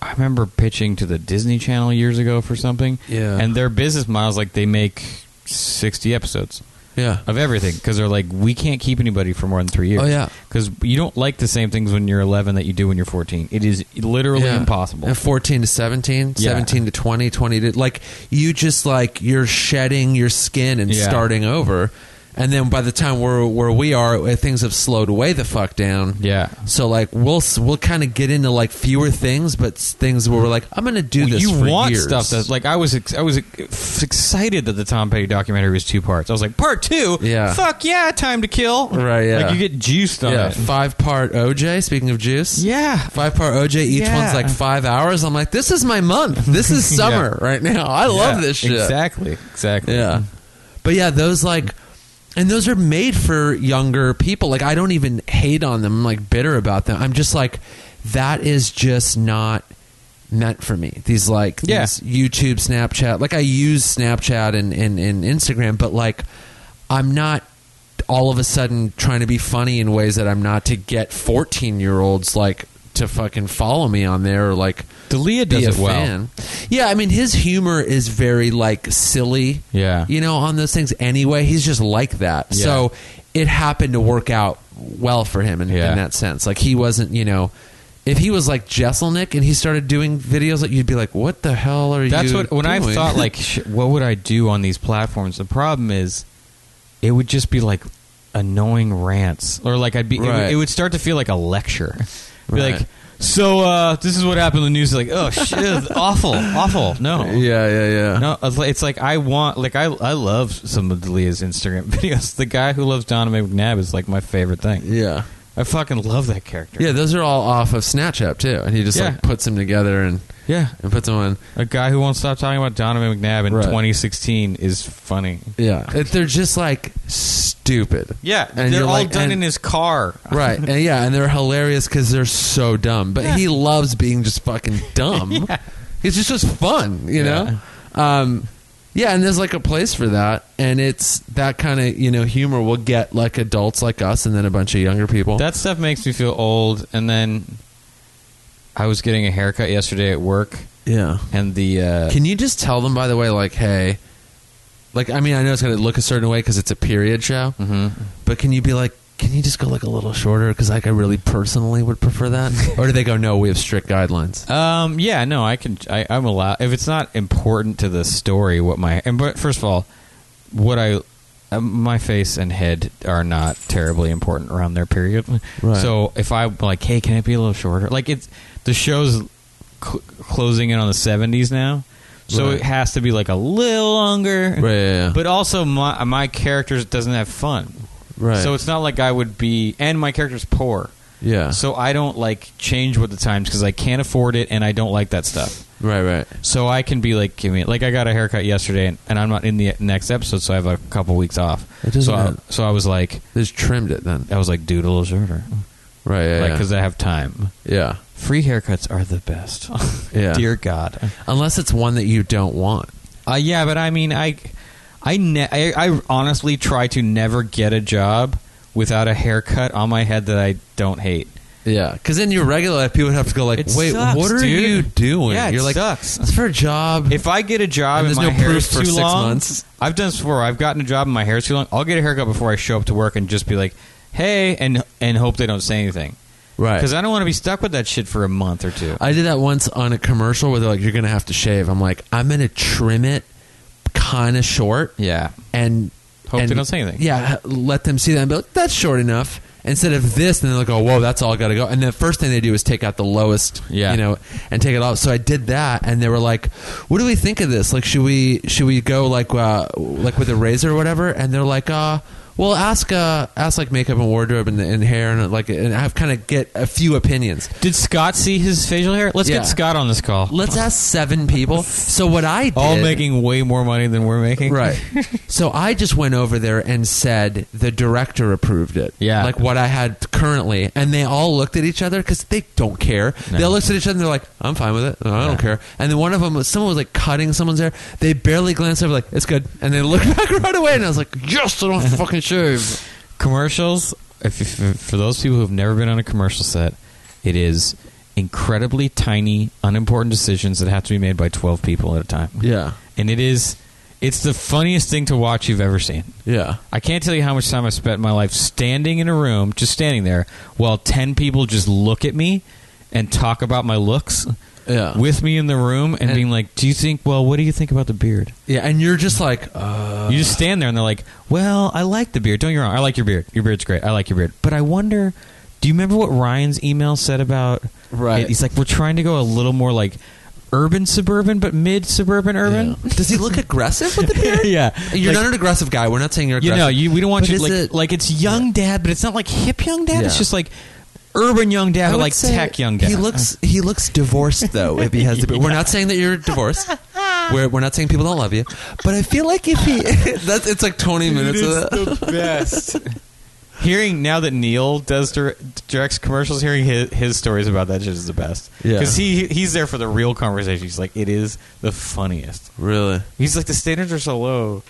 I remember pitching to the Disney Channel years ago for something. Yeah. and their business model is like they make sixty episodes. Yeah. of everything because they're like we can't keep anybody for more than three years. Oh, yeah. because you don't like the same things when you're 11 that you do when you're 14. It is literally Yeah. impossible. And 14 to 17, Yeah. 17 to 20, 20 to like you just like you're shedding your skin and Yeah. starting over. And then by the time we're where we are, uh, things have slowed way the fuck down. Yeah. So like we'll s- we'll kind of get into like fewer things, but s- things where we're like, I'm gonna do this. you for want years. stuff that's like I was ex- I was ex- excited that the Tom Petty documentary was two parts. I was like part two, Yeah. fuck yeah, time to kill, Right, yeah. Like you get juiced on yeah, it. five part OJ. Speaking of juice, yeah, Five part OJ, each Yeah. one's like five hours. I'm like, this is my month. This is summer right now. I love Yeah. this shit. Exactly, exactly. Yeah. But yeah, those like and those are made for younger people. Like I don't even hate on them, I'm like bitter about them. I'm just like that is just not meant for me. These like Yeah. these YouTube, Snapchat. Like I use Snapchat and, and, and Instagram, but like I'm not all of a sudden trying to be funny in ways that I'm not to get 14 year olds like to fucking follow me on there or like D'Elia does be a it well. fan. Yeah, I mean his humor is very like silly. Yeah. you know on those things anyway. He's just like that. Yeah. So it happened to work out well for him in, Yeah. in that sense. Like he wasn't, you know. If he was like Jesselnick and he started doing videos, like you'd be like, "What the hell are That's you?" what when I doing?" thought like, sh- what would I do on these platforms? The problem is, it would just be like annoying rants, or like I'd be, it, Right. would, it would start to feel like a lecture. Be Right. like, so uh, this is what happened in the news. Like, oh shit, it's awful, awful. No, yeah, yeah, yeah. oh. no, it's like- it's like I want, like I, I love some of Delia's Instagram videos. The guy who loves Donovan McNabb is like my favorite thing. Yeah. I fucking love that character. Yeah, those are all off of Snatch Up too, and he just Yeah. like puts them together and yeah. and puts them on. A guy who won't stop talking about Donovan McNabb in Right. 2016 is funny. Yeah, It- they're just like stupid. Yeah, and they're you're all like- done and- in his car. right, and yeah, and they're hilarious because they're so dumb. But he loves being just fucking dumb. It's just just fun, you Yeah. know. Um, yeah, and there's like a place for that, and it's that kind of you know humor will get like adults like us, and then a bunch of younger people. That stuff makes me feel old. And then I was getting a haircut yesterday at work, yeah, and the uh, Can you just tell them, by the way, like, hey, like, I mean, I know it's going to look a certain way because it's a period show, Mhm. but can you be like, can you just go like a little shorter? Because like, I really personally would prefer that. or do they go, no, we have strict guidelines? um, yeah, no, I can. I, I'm allowed if it's not important to the story. What my and but first of all, what I uh, my face and head are not terribly important around their period. Right. So if I like, hey, can it be a little shorter? Like it's the show's cl- closing in on the 70s now. So Right. it has to be like a little longer. Right, yeah, yeah. But also my my character doesn't have fun. Right. So it's not like I would be and my character's poor. Yeah. So I don't like change with the times cuz I can't afford it and I don't like that stuff. right, right. So I can be like give me like I got a haircut yesterday and, and I'm not in the next episode so I have a couple weeks off. It doesn't so I, matter. so I was like They just trimmed it then. I was like dude a little shorter. Right, yeah, Like yeah. cuz I have time. yeah. Free haircuts are the best. Yeah. Dear god. Unless it's one that you don't want. Uh, yeah, but I mean, I, I, ne- I, I honestly try to never get a job without a haircut on my head that I don't hate. Yeah, because in your regular life, people would have to go like, It "Wait, sucks, what are dude. you doing?" Yeah, it You're like, sucks. "It's for a job." If I get a job And and, there's my no hair proof is for too six long, months. I've done this before. I've gotten a job and my hair is too long. I'll get a haircut before I show up to work and just be like, "Hey," and and hope they don't say anything, right, Because I don't want to be stuck with that shit for a month or two. I did that once on a commercial where they're like, "You're gonna have to shave." I'm like, "I'm gonna trim it, kind of short, yeah, and Hope they and- don't say anything. Yeah, h- let them see that and be like, "That's short enough." Instead of this, and they're like, "Oh, whoa, that's all got to go." And the first thing they do is take out the lowest, Yeah. you know, and take it off. So I did that, and they were like, "What do we think of this? Like, should we should we go like uh, like with a razor or whatever?" And they're like, "Uh." Well, ask uh, ask like makeup and wardrobe and, and hair and like and I've kind of get a few opinions. Did Scott see his facial hair? Let's Yeah. get Scott on this call. Let's ask seven people. So what I did, All making way more money than we're making. right. so I just went over there and said the director approved it. Yeah. like what I had currently, and they all looked at each other because they don't care. They all looked at each other and they're like, "I'm fine with it. No, I Yeah. don't care." And then one of them, was, someone was like cutting someone's hair. They barely glanced over, like, "It's good," and they looked back right away. And I was like, "Yes, I don't fucking shave." commercials if, if, for those people who've never been on a commercial set it is incredibly tiny unimportant decisions that have to be made by 12 people at a time Yeah, and it is it's the funniest thing to watch you've ever seen yeah, i can't tell you how much time i spent in my life standing in a room just standing there while 10 people just look at me and talk about my looks Yeah. with me in the room and, And- being like do you think well what do you think about the beard yeah. And you're just like, uh, you just stand there and they're like, "Well, I like the beard. Don't get me wrong. I like your beard. Your beard's great. I like your beard. But I wonder, do you remember what Ryan's email said about? Right. He's like, we're trying to go a little more like urban suburban, but mid suburban urban. yeah. does he look aggressive with the beard? Yeah. You're Like- not an aggressive guy. We're not saying you're You aggressive. know, you, we don't want But you is like it- like it's young dad, but it's not like hip young dad. It's Yeah. just like urban young I dad, but would like say tech young dad. He looks he looks divorced though. If he has the beard, we're not saying that you're divorced. We're, we're not saying people don't love you, but I feel like if he that's it's like twenty minutes of that. the best. hearing now that Neil does dir- directs commercials, hearing his, his stories about that shit is the best. Yeah. because he he's there for the real conversation. He's like, it is the funniest. Really? He's like, the standards are so low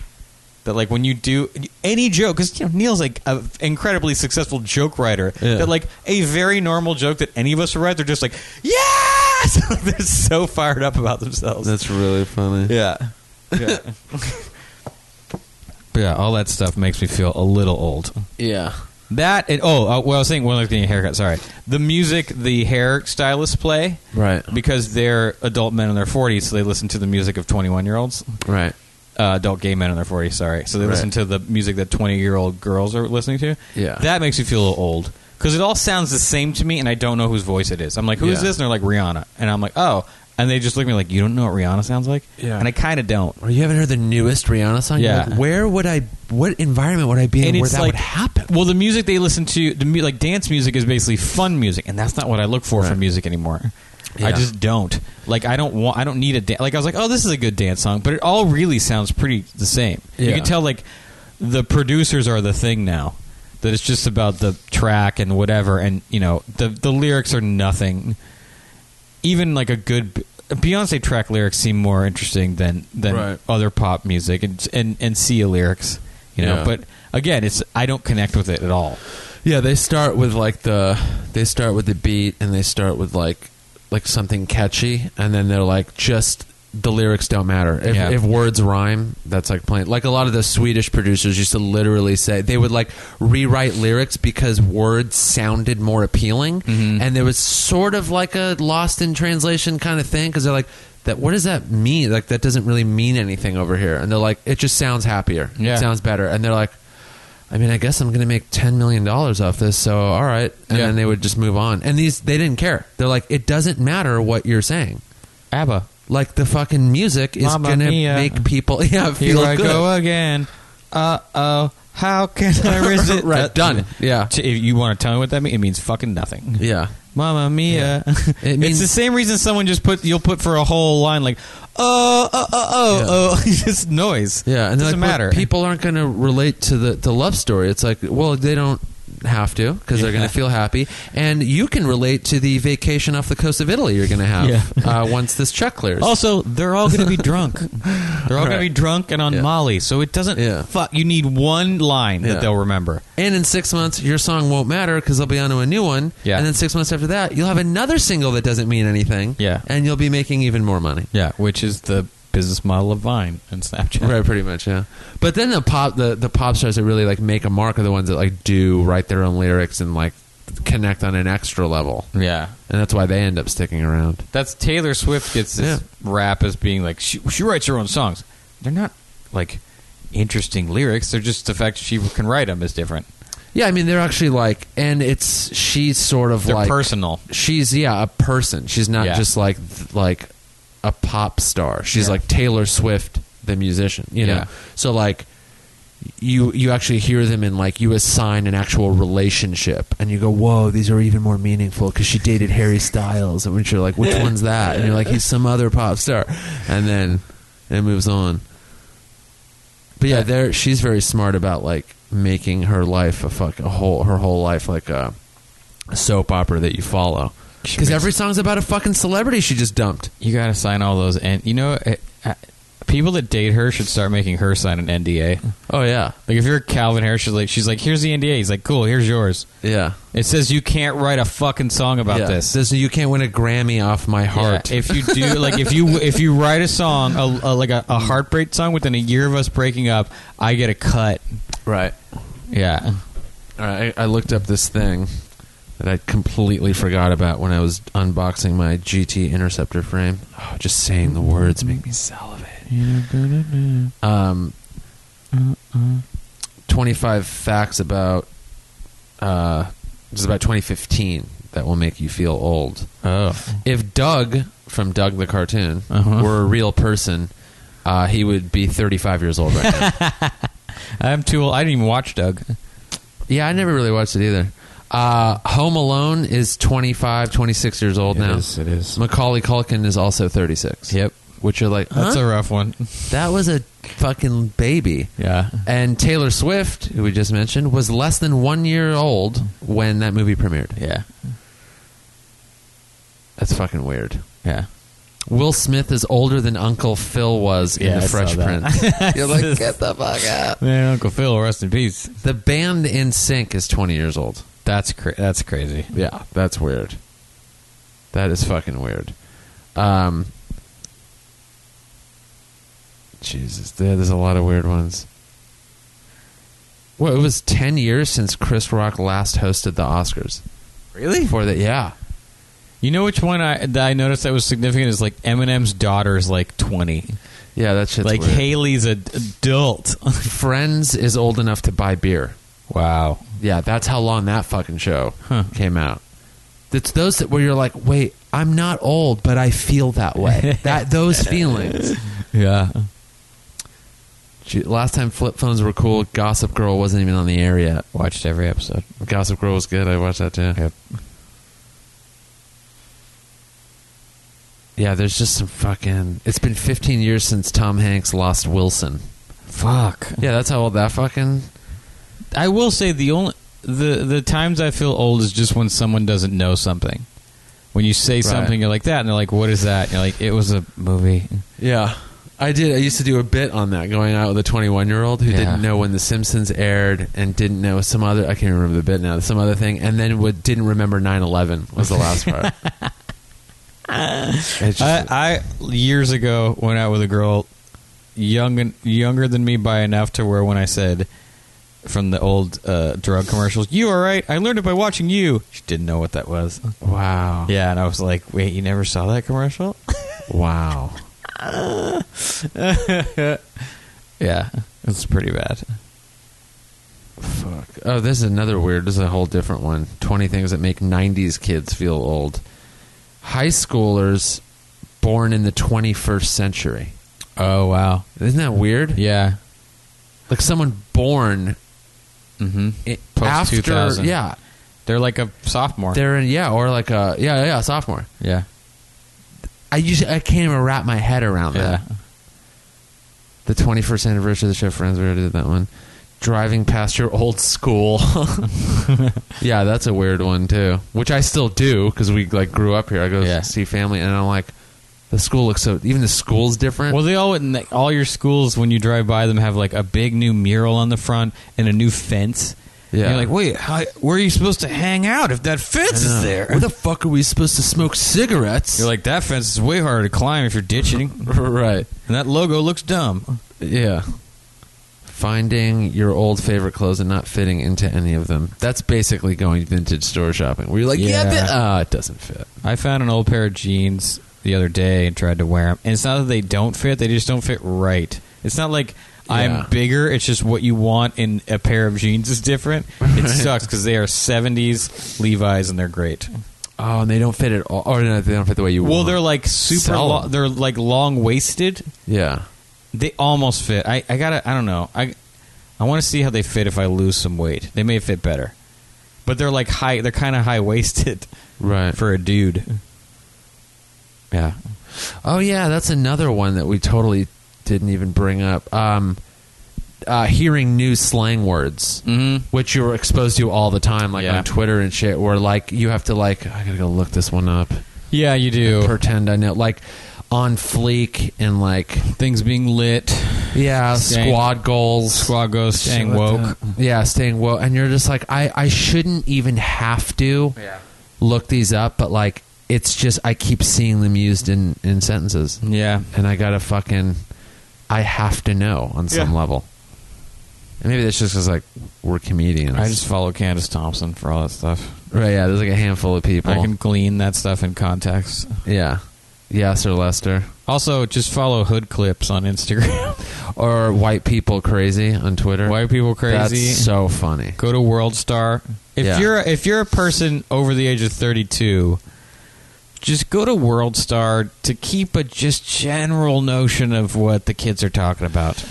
that like when you do any joke because you know Neil's like an incredibly successful joke writer Yeah. that like a very normal joke that any of us would write they're just like yes Like, they're so fired up about themselves That's really funny. yeah yeah but yeah all that stuff makes me feel a little old Yeah. that and, oh uh, well I was saying when I was getting a haircut sorry the music the hair stylists play Right. because they're adult men in their 40s so they listen to the music of 21 year olds Right. uh, adult gay men in their 40s, sorry. So they Right. listen to the music that 20 year old girls are listening to. Yeah. That makes me feel a little old. Because it all sounds the same to me, and I don't know whose voice it is. I'm like, who's Yeah. this? And they're like, Rihanna. And I'm like, oh. And they just look at me like, you don't know what Rihanna sounds like? Yeah. And I kind of don't. Or you haven't heard the newest Rihanna song? You're Yeah. like, where would I? What environment would I be in And where it's that like- would happen? Well, the music they listen to, the mu- like dance music, is basically fun music, and that's not what I look for Right. from music anymore. Yeah. I just don't like. I don't want. I don't need a dance. Like I was like, oh, this is a good dance song, but it all really sounds pretty the same. Yeah. You can tell like the producers are the thing now. That it's just about the track and whatever, and you know the the lyrics are nothing. Even like a good Beyonce track lyrics seem more interesting than than Right. other pop music and and and Sia lyrics, you know. Yeah. But again, it's I don't connect with it at all. Yeah, they start with like the they start with the beat and they start with like like something catchy and then they're like just the lyrics don't matter. If, Yeah. if words rhyme, that's like plain. Like a lot of the Swedish producers used to literally say they would like rewrite lyrics because words sounded more appealing, Mm-hmm. and there was sort of like a lost in translation kind of thing because they're like that. What does that mean? Like that doesn't really mean anything over here, and they're like it just sounds happier. Yeah. It sounds better, and they're like. I mean, I guess I'm going to make ten million dollars off this, so all right. And Yeah. then they would just move on. And these, they didn't care. They're like, it doesn't matter what you're saying. ABBA. Like the fucking music is Mamma going to mia. make people, yeah, Here feel I good. go again. Uh oh. How can I resist? Right, Uh, done. Yeah. T- if you want to tell me what that means, it means fucking nothing. Yeah, Mamma mia. It means- it's the same reason someone just put you'll put for a whole line like oh oh oh oh oh just noise. yeah. And they're doesn't like, matter. "Look, people aren't going to relate to the the love story. It's like, well, they don't have to because they're Yeah. going to feel happy, and you can relate to the vacation off the coast of Italy you're going to have Yeah. uh, once this check clears. Also, they're all going to be drunk. They're all going to be drunk and on Yeah. Molly, so it doesn't. Yeah. Fuck, you need one line Yeah. that they'll remember. And in six months, your song won't matter because they'll be onto a new one. Yeah. And then six months after that, you'll have another single that doesn't mean anything. Yeah. And you'll be making even more money. Yeah, which is the business model of Vine and Snapchat. Right, pretty much, yeah. But then the pop, the, the pop stars that really like make a mark are the ones that like do write their own lyrics and like connect on an extra level, Yeah, and that's why they end up sticking around. that's Taylor Swift gets this Yeah. rap as being like she, she writes her own songs. They're not like interesting lyrics. They're just the fact she can write them is different. Yeah, I mean they're actually like, and it's she's sort of They're like personal. she's yeah a person. She's not Yeah. just like th- like a pop star. She's Yeah. like Taylor Swift, the musician. You know, Yeah. so like you you actually hear them and like you assign an actual relationship, and you go, "Whoa, these are even more meaningful." Because she dated Harry Styles, and which you're like, "Which one's that?" And you're like, "He's some other pop star," and then it moves on. But yeah, Yeah. there she's very smart about like making her life a fuck a whole her whole life like a soap opera that you follow. She Because makes- every song's about a fucking celebrity she just dumped. You got to sign all those, and you know, eh, eh, people that date her should start making her sign an NDA. Oh yeah, Like if you're Calvin Harris, she's like, she's like, here's the NDA. He's like, cool, here's yours. yeah. It says you can't write a fucking song about Yeah. this. you can't win a Grammy off my heart. Yeah, if you do, like, if you if you write a song, a, a, like a, a heartbreak song, within a year of us breaking up, I get a cut. right. Yeah, All right. I, I looked up this thing that I completely forgot about when I was unboxing my GT Interceptor frame. Oh, just saying the words make me salivate. Um, twenty-five facts about. Uh, this is about 2015 that will make you feel old. Oh, if Doug from Doug the cartoon Uh-huh. were a real person, uh, he would be 35 years old right now. I'm too old. I didn't even watch Doug. yeah, I never really watched it either. Uh, Home Alone is 25, 26 years old It now. is, it is. Macaulay Culkin is also 36. Yep. Which you're like, That's huh? a rough one. that was a fucking baby. Yeah. And Taylor Swift, who we just mentioned, was less than one year old when that movie premiered. Yeah. That's fucking weird. Yeah. Will Smith is older than Uncle Phil was in Yeah, The I Fresh saw that. Prince. You're like, get the fuck out. Man, Uncle Phil, rest in peace. The band in sync is 20 years old. That's cra- that's crazy. Yeah, that's weird. That is fucking weird. Um, Jesus, there- there's a lot of weird ones. Well, it was 10 years since Chris Rock last hosted the Oscars. Really? For that, yeah. You know which one I that I noticed that was significant is like Eminem's daughter is like twenty. Yeah, that shit's like weird. Haley's an adult. Friends is old enough to buy beer. wow. Yeah, that's how long that fucking show Huh. came out. It's those that where you're like, wait, I'm not old, but I feel that way. that those feelings. Yeah. Gee, Last time flip phones were cool, Gossip Girl wasn't even on the air yet. Watched every episode. Gossip Girl was good. I watched that too. Yep. Yeah, there's just some fucking. It's been 15 years since Tom Hanks lost Wilson. Fuck. Yeah, that's how old that fucking. I will say the only the the times I feel old is just when someone doesn't know something. When you say Right. something, you're like that, and they're like, "What is that?" And you're like, "It was a movie." Yeah. I did. I used to do a bit on that, going out with a 21 year old who Yeah. didn't know when The Simpsons aired and didn't know some other. I can't remember the bit now. Some other thing, and then would, didn't remember 9 11 was the last part. It's just- I, I years ago went out with a girl young and younger than me by enough to where when I said from the old uh, drug commercials, "You all right?" I learned it by watching you. She didn't know what that was. wow. Yeah, and I was like, "Wait, you never saw that commercial?" Wow. yeah, it's pretty bad. Fuck. Oh, this is another weird. This is a whole different one. 20 things that make 90s kids feel old. High schoolers born in the 21st century. Oh wow. Isn't that weird? Yeah. Like someone born Mm-hmm. i- Post after 2000. yeah. They're like a sophomore. They're in yeah, or like a yeah, yeah, sophomore. yeah. I usually I can't even wrap my head around Yeah. that. The 21st anniversary of the show Friends, we already did that one. Driving past your old school. yeah, that's a weird one too, which I still do because we like grew up here. I go Yeah. see family, and I'm like, the school looks so. Even the school's different. Well, they all and they- all your schools when you drive by them have like a big new mural on the front and a new fence. Yeah. You're like, wait, how, where are you supposed to hang out if that fence I know. is there? Where the fuck are we supposed to smoke cigarettes? You're like, that fence is way harder to climb if you're ditching, right? and that logo looks dumb. Yeah. Finding your old favorite clothes and not fitting into any of them. That's basically going vintage store shopping. Where you're like, yeah, thi- Yeah. ah, it doesn't fit. I found an old pair of jeans the other day and tried to wear them, and it's not that they don't fit; they just don't fit right. It's not like Yeah. I'm bigger; it's just what you want in a pair of jeans is different. It sucks because they are '70s Levi's and they're great. Oh, and they don't fit at all. Or no, they don't fit the way you Well, want. they're like super. Sell Lo- 'em. they're like long waisted. yeah. They almost fit. I, I gotta. I don't know. I I want to see how they fit if I lose some weight. They may fit better, but they're like high. They're kind of high waisted Right. for a dude. Yeah. oh, yeah, that's another one that we totally didn't even bring up. Um, uh, hearing new slang words, Mhm. which you're exposed to all the time, like Yeah. on Twitter and shit, where like you have to like, I gotta go look this one up. Yeah, you do. Pretend I know, like on fleek and like Things being lit. Yeah, Staying- squad goals. Squad goes Shit staying like woke. that. Yeah, staying woke. And you're just like, I, I shouldn't even have to Yeah. look these up, but like, it's just, I keep seeing them used in, in sentences. Yeah. And I gotta fucking, I have to know on some Yeah. level. And maybe that's just because, like, we're comedians. I just follow Candace Thompson for all that stuff. right, yeah, there's like a handful of people. I can glean that stuff in context. yeah. Yes, or Lester. Also, just follow Hood Clips on Instagram. Or White People Crazy on Twitter. White people crazy. That's so funny. go to World Star. If Yeah. you're if you're a person over the age of 32, just go to World Star to keep a just general notion of what the kids are talking about.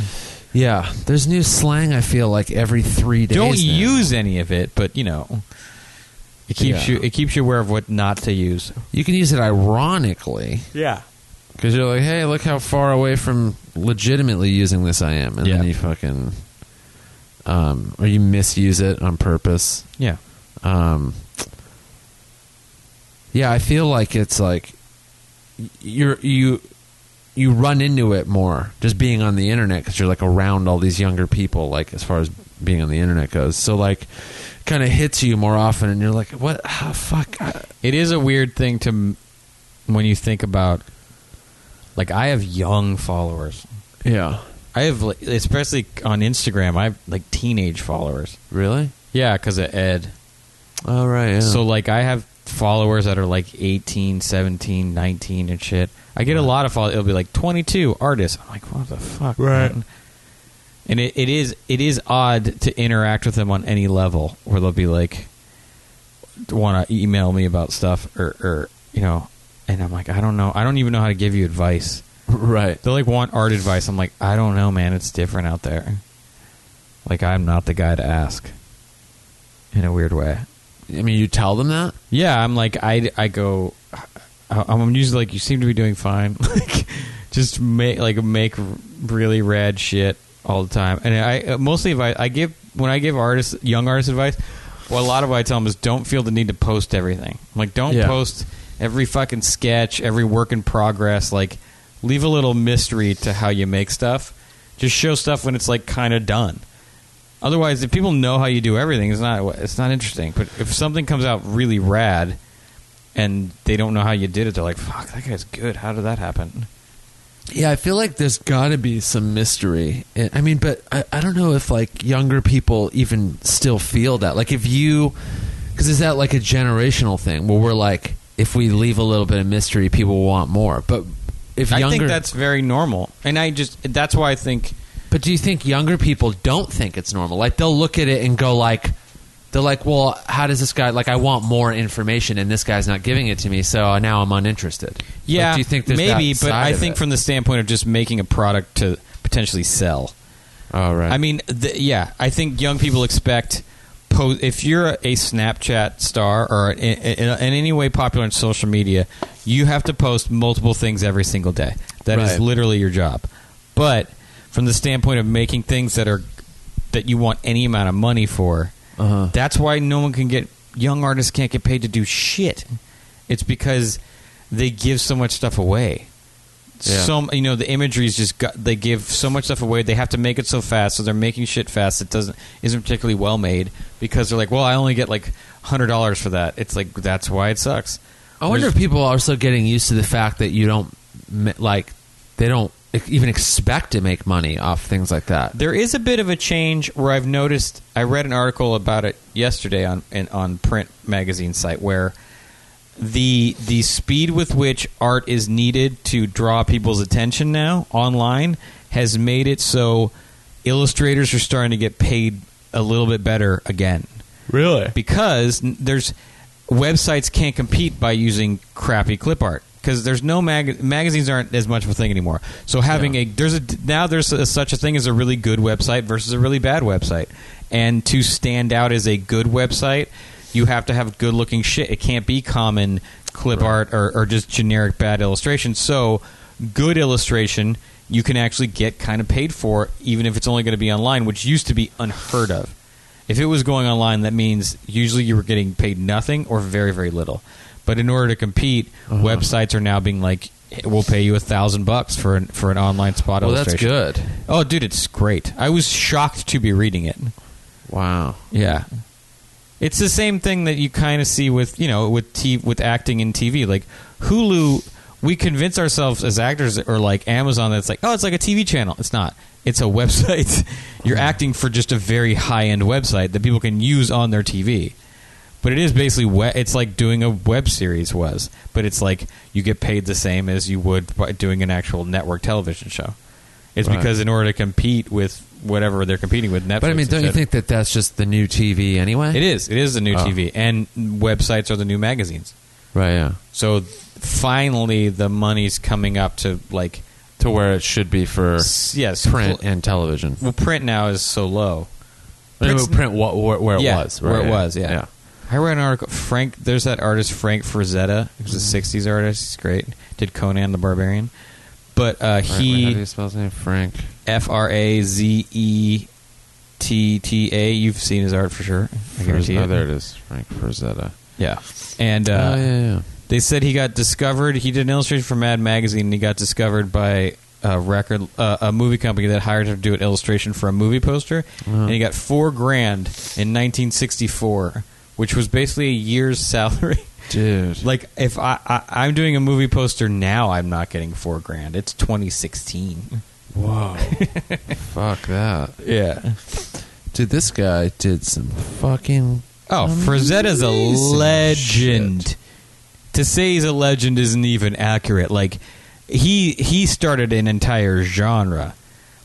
Yeah, there's new slang. I feel like every three days. Don't now. use any of it, but you know, it keeps Yeah. you it keeps you aware of what not to use. You can use it ironically Yeah. because you're like, hey, look how far away from legitimately using this I am, and Yeah. then you fucking, um, or you misuse it on purpose. Yeah. Um, yeah, I feel like it's like you're you you run into it more just being on the internet because you're like around all these younger people like as far as being on the internet goes so like kind of hits you more often and you're like what how fuck I- It is a weird thing to m- when you think about. Like I have young followers. yeah I have, like, especially on Instagram, I have like teenage followers. really Yeah, because of Ed. all right yeah. So, like, I have followers that are like 18, 17, 19, and shit. I get a lot of followers. It'll be like 22 artists. I'm like, what the fuck? Right. man? And it, it is it is odd to interact with them on any level where they'll be like, want to email me about stuff or, or, you know, and I'm like, I don't know. I don't even know how to give you advice. right They like want art advice. I'm like, I don't know, man. It's different out there. Like I'm not the guy to ask. In a weird way. i mean you tell them that Yeah, I'm like I I go. I- I'm usually like you seem to be doing fine. Like just make like make really rad shit all the time. And I uh, mostly if I, I give when I give artists young artists advice, well, a lot of what I tell them is don't feel the need to post everything. I'm like don't Yeah. post every fucking sketch, every work in progress. Like leave a little mystery to how you make stuff. Just show stuff when it's like kind of done. Otherwise, if people know how you do everything, it's not it's not interesting. But if something comes out really rad, and they don't know how you did it, they're like, "Fuck, that guy's good. How did that happen?" Yeah, I feel like there's got to be some mystery. I I mean, but I, I don't know if like younger people even still feel that. Like, if you, because is that like a generational thing where we're like, if we leave a little bit of mystery, people want more. But if younger, I think that's very normal, and I just that's why I think but do you think younger people don't think it's normal? Like, they'll look at it and go like, they're like, well, how does this guy? Like, I want more information, and this guy's not giving it to me, so now I'm uninterested. yeah, Like, do you think there's maybe, that but side I of think it? from the standpoint of just making a product to potentially sell. oh right, I mean, th yeah, I think young people expect po- if you're a Snapchat star or in, in, in any way popular on social media, you have to post multiple things every single day. That is Right. literally your job. But from the standpoint of making things that are that you want any amount of money for, Uh-huh. that's why no one can get young artists can't get paid to do shit. It's because they give so much stuff away Yeah. so you know the imagery is just got, they give so much stuff away. They have to make it so fast, so they're making shit fast. It doesn't isn't particularly well made because they're like, well, I only get like hundred dollars for that. It's like that's why it sucks. I wonder if people are also getting used to the fact that you don't m- like they don't e- even expect to make money off things like that. There is a bit of a change where I've noticed. I read an article about it yesterday on in, on print magazine site where the the speed with which art is needed to draw people's attention now online has made it so illustrators are starting to get paid a little bit better again. Really? Because n- there's websites can't compete by using crappy clip art because there's no mag- magazines aren't as much of a thing anymore. So having Yeah. a there's a now there's a, such a thing as a really good website versus a really bad website, and to stand out as a good website, you have to have good looking shit. It can't be common clip art or, or just generic bad illustration. So good illustration you can actually get kind of paid for, even if it's only going to be online, which used to be unheard of. If it was going online, that means usually you were getting paid nothing or very, very little. But in order to compete, websites are now being like, "Hey, "We'll pay you a thousand bucks for an for an online spot Well, that's illustration." good. Oh, dude, it's great. I was shocked to be reading it. Wow. Yeah, it's the same thing that you kind of see with you know with t- with acting in TV. Like Hulu, we convince ourselves as actors or like Amazon that it's like, oh, it's like a TV channel. It's not. It's a website. You're acting for just a very high end website that people can use on their TV. But it is basically we- it's like doing a web series was, but it's like you get paid the same as you would by doing an actual network television show. It's Right. because in order to compete with whatever they're competing with, Netflix. But I mean, et don't you cetera. think that that's just the new TV anyway? It is. It is the new Oh. TV, and websites are the new magazines. Right. Yeah. So finally, the money's coming up to like To where it should be for s- yes, print pl- and television. well, print now is so low. Print, print's- print what, where, where it yeah, was. where right, it was. Yeah. I read an article. Frank, there's that artist Frank Frazetta. He was Mm-hmm. a '60s artist. He's great. Did Conan the Barbarian, but Right, uh, wait, how do he you spell his name? Frank. F R A Z E T T A. You've seen his art for sure. I Frizz- guarantee oh, it. there it is. Frank Frazetta. Yeah, and uh, oh yeah, yeah. They said he got discovered. He did an illustration for Mad Magazine, and he got discovered by a record, uh, a movie company that hired him to do an illustration for a movie poster, and he got four grand in 1964, which was basically a year's salary. Dude. Like if I, I I'm doing a movie poster now, I'm not getting four grand. It's 2016. Whoa. Fuck that. Yeah. Dude, this guy did some fucking. Oh, Frazetta's a amazing legend. shit. To say he's a legend isn't even accurate. Like he he started an entire genre.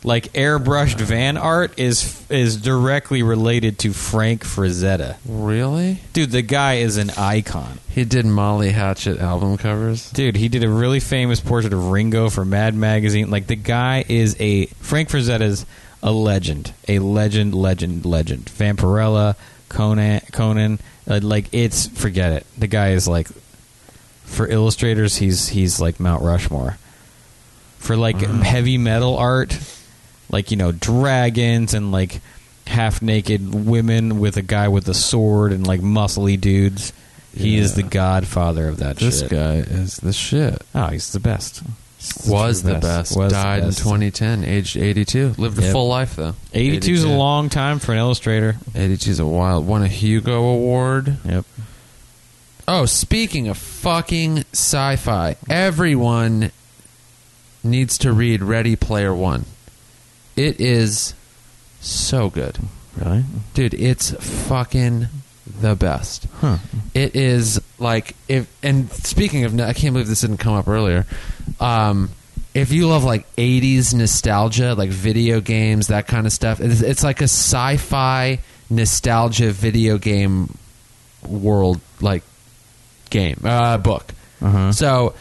Like airbrushed van art is is directly related to Frank Frazetta. Really? Dude, the guy is an icon. He did Molly Hatchet album covers? Dude, he did a really famous portrait of Ringo for Mad Magazine. Like the guy is a Frank Frazetta's a legend, a legend, legend, legend. Vampirella, Conan, Conan, uh, like it's forget it. The guy is like for illustrators, he's he's like Mount Rushmore. For like Mm-hmm. heavy metal art, like you know dragons and like half naked women with a guy with a sword and like muscly dudes. He is Yeah. the godfather of that. This shit. guy is the shit. Oh, he's the best. Was the best. Died in 2010, aged 82. Lived a Yep. full life, though. 82 is a long time for an illustrator. 82 is a wild. Won a Hugo Award. Yep. Oh, speaking of fucking sci fi, everyone needs to read Ready Player One. It is so good. Really? Dude, it's fucking the best. Huh. It is like if and speaking of, I can't believe this didn't come up earlier. Um, if you love like '80s nostalgia, like video games, that kind of stuff, it's, it's like a sci-fi nostalgia video game world, like game uh, book. Uh-huh. So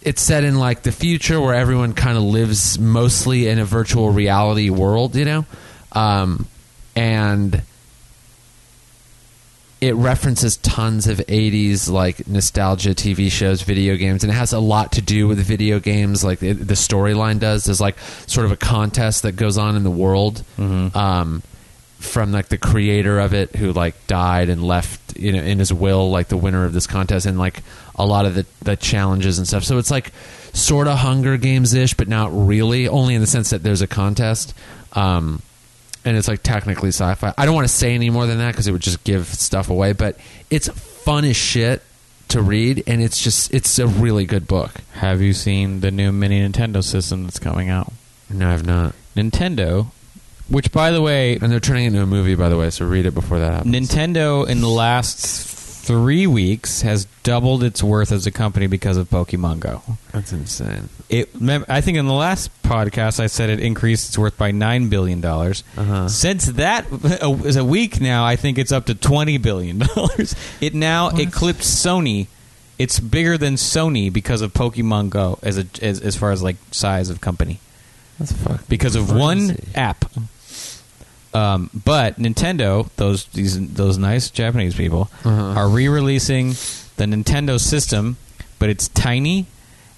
it's set in like the future where everyone kind of lives mostly in a virtual reality world, you know, um, and it references tons of 80s like nostalgia tv shows video games and it has a lot to do with video games like it, the storyline does there's like sort of a contest that goes on in the world um, from like the creator of it who like died and left you know in his will like the winner of this contest and like a lot of the, the challenges and stuff so it's like sort of hunger games ish but not really only in the sense that there's a contest um, and it's like technically sci-fi. I don't want to say any more than that because it would just give stuff away. But it's fun as shit to read, and it's just it's a really good book. Have you seen the new mini Nintendo system that's coming out? No, I've not. Nintendo, which by the way, And they're turning it into a movie, by the way. So read it before that happens. Nintendo in the last three weeks has doubled its worth as a company because of Pokemon Go. That's insane. It, mem- I think in the last podcast I said it increased its worth by nine billion dollars. Uh-huh. Since that is a week now, I think it's up to twenty billion dollars. It now eclipsed Sony. It's bigger than Sony because of Pokemon Go as a, as as far as like size of company That's fuck. because of one app. Um, but Nintendo, those these those nice Japanese people, Uh-huh. are re-releasing the Nintendo system, but it's tiny.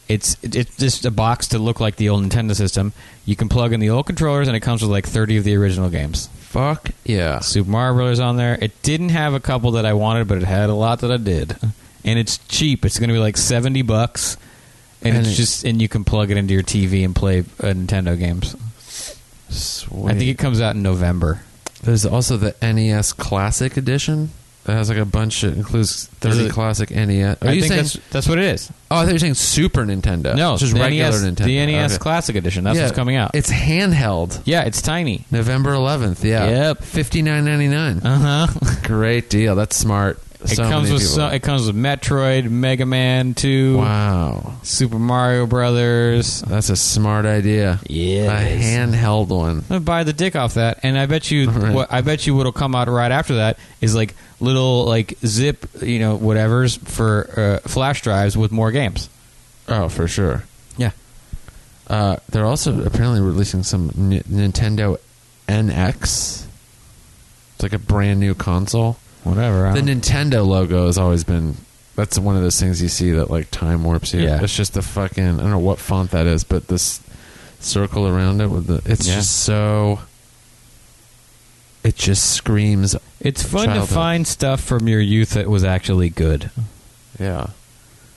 It's it's just a box to look like the old Nintendo system. You can plug in the old controllers, and it comes with like thirty of the original games. Fuck yeah. Super Mario Brothers on there. It didn't have a couple that I wanted, but it had a lot that I did. And it's cheap. It's going to be like seventy bucks, and, And it's it- just and you can plug it into your TV and play uh, Nintendo games. Sweet. I think it comes out in November. There's also the NES Classic Edition. That has like a bunch. It includes Is thirty it- classic NES. Are I you think saying? that's, that's what it is. oh, I thought you were saying Super Nintendo. No, it's just the regular NES, Nintendo. The NES Okay. Classic Edition. That's Yeah, what's coming out. It's handheld. yeah, it's tiny. November 11th, yeah. Yep. 59.99. Uh huh. Great deal. That's smart. it So comes Uh-huh. many with people. so, it comes with Metroid, Mega Man Two, wow. Super Mario Brothers. That's a smart idea. Yeah, A it is. handheld one. I'm gonna buy the dick off that, and I bet you, Right. what I bet you what'll come out right after that is like little like zip, you know, whatever's for uh, flash drives with more games. Oh, for sure. Yeah, Uh, they're also apparently releasing some N- Nintendo NX. It's like a brand new console. whatever. I The don't- Nintendo logo has always been. That's one of those things you see that like time warps you. Yeah. It's just the fucking. I don't know what font that is, but this circle around it with the. It's Yeah. just so. It just screams. it's fun to childhood. find stuff from your youth that was actually good. Yeah.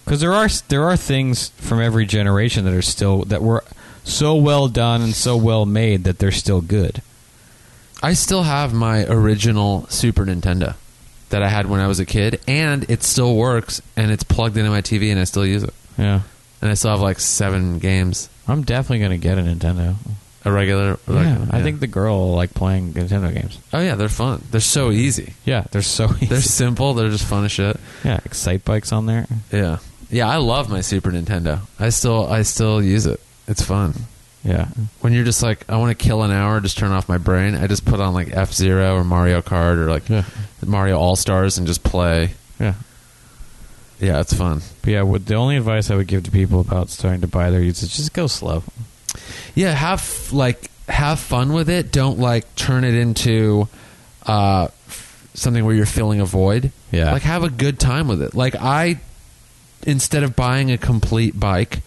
because there are there are things from every generation that are still that were so well done and so well made that they're still good. I still have my original Super Nintendo that I had when I was a kid, and it still works, and it's plugged into my TV, and I still use it. Yeah, And I still have like seven games. I'm definitely gonna get a Nintendo. A regular, Yeah, regular- I think the girl will like playing Nintendo games. Oh yeah, they're fun. They're so easy. Yeah, they're so easy. They're simple. They're just fun as shit. yeah, Excite Bikes on there. Yeah, yeah. I love my Super Nintendo. I still, I still use it. It's fun. Yeah, When you're just like, I want to kill an hour, just turn off my brain. I just put on like F Zero or Mario Kart or like Yeah. Mario All Stars and just play. yeah. Yeah, it's fun. But yeah, what, the only advice I would give to people about starting to buy their used is just go slow. Yeah, have like have fun with it. Don't like turn it into uh, f- something where you're filling a void. Yeah. like have a good time with it. Like I, instead of buying a complete bike,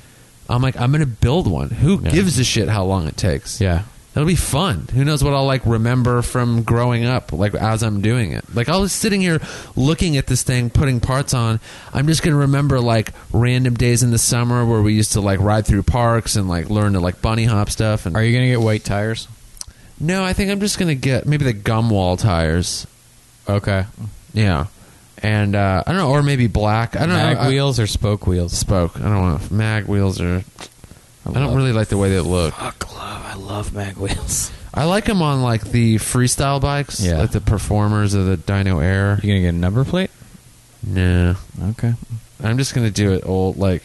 I'm like I'm gonna build one. Who Yeah. gives a shit how long it takes? Yeah, It'll be fun. Who knows what I'll like remember from growing up, like as I'm doing it. Like I was sitting here looking at this thing, putting parts on. I'm just gonna remember like random days in the summer where we used to like ride through parks and like learn to like bunny hop stuff. And Are you gonna get white tires? no, I think I'm just gonna get maybe the gum wall tires. Okay. Yeah, and uh, I don't know, or maybe black. I don't Mag know. I- wheels or spoke wheels? spoke. I don't want mag wheels or. I, don't love- really like the way they look. Fuck love, I love mag wheels. I like them on like the freestyle bikes, Yeah. like the performers of the Dino Air. You gonna get a number plate? Nah, Okay. I'm just gonna do it old. Like,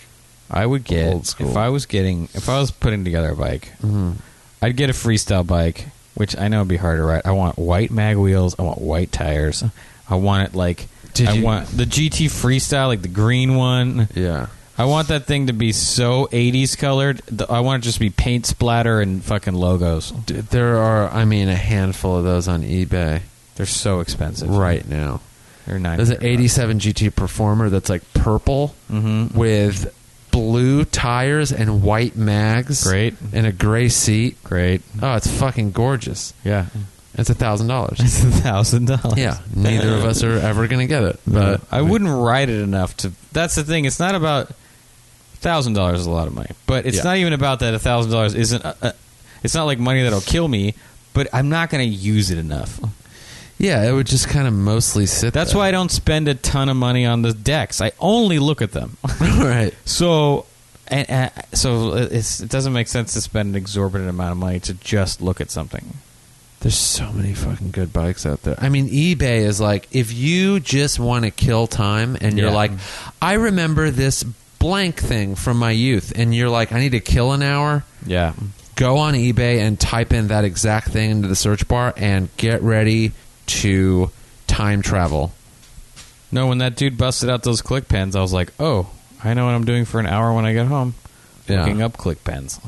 I would get Old school. if I was getting if I was putting together a bike, mm-hmm. I'd get a freestyle bike, which I know would be hard to ride. I want white mag wheels. I want white tires. I want it like Did I you- want the GT freestyle, like the green one. yeah, I want that thing to be so 80s colored. th- I want it just to be paint splatter and fucking logos. D- there are. I mean, a handful of those on eBay They're so expensive. right now. They're nine. There's an '87 GT Performer that's like purple Mhm. with blue tires and white mags. Great. and a gray seat. Great. Oh, it's fucking gorgeous. Yeah. It's a thousand dollars. It's a thousand dollars. Yeah, neither of us are ever gonna get it. But I wouldn't ride it enough to. That's the thing. It's not about thousand dollars is a lot of money, but it's Yeah. not even about that. A thousand dollars isn't. A, a, it's not like money that'll kill me, but I'm not going to use it enough. Yeah, it would just kind of mostly sit. That's why I don't spend a ton of money on the decks. I only look at them. right. So, and, and so uh, it's, it doesn't make sense to spend an exorbitant amount of money to just look at something. There's so many fucking good bikes out there. I mean, eBay is like if you just want to kill time and you're Yeah. like, I remember this blank thing from my youth, and you're like, I need to kill an hour. Yeah. Go on eBay and type in that exact thing into the search bar, and get ready to time travel. No, when that dude busted out those click pens, I was like, oh, I know what I'm doing for an hour when I get home. Yeah. Looking up click pens.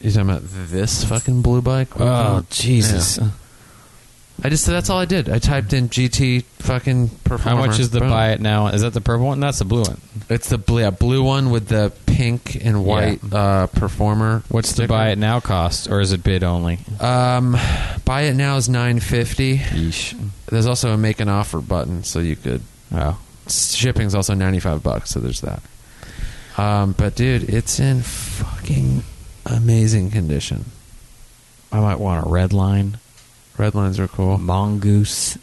You talking about this fucking blue bike? Oh, Jesus. Yeah. I just that's all I did. I typed in GT fucking How performer. much is the Boom. buy it now? Is that the purple one? That's the blue one. It's the blue, yeah, blue one with the pink and white uh, performer. What's the sticker. buy it now cost, or is it bid only? Um, buy it now is nine fifty. Yeesh. There's also a make an offer button, so you could. Oh. Shipping's also ninety five bucks, so there's that. Um, but dude, it's in fucking amazing condition. I might want a red line. Red lines are Oh. cool. Mongoose.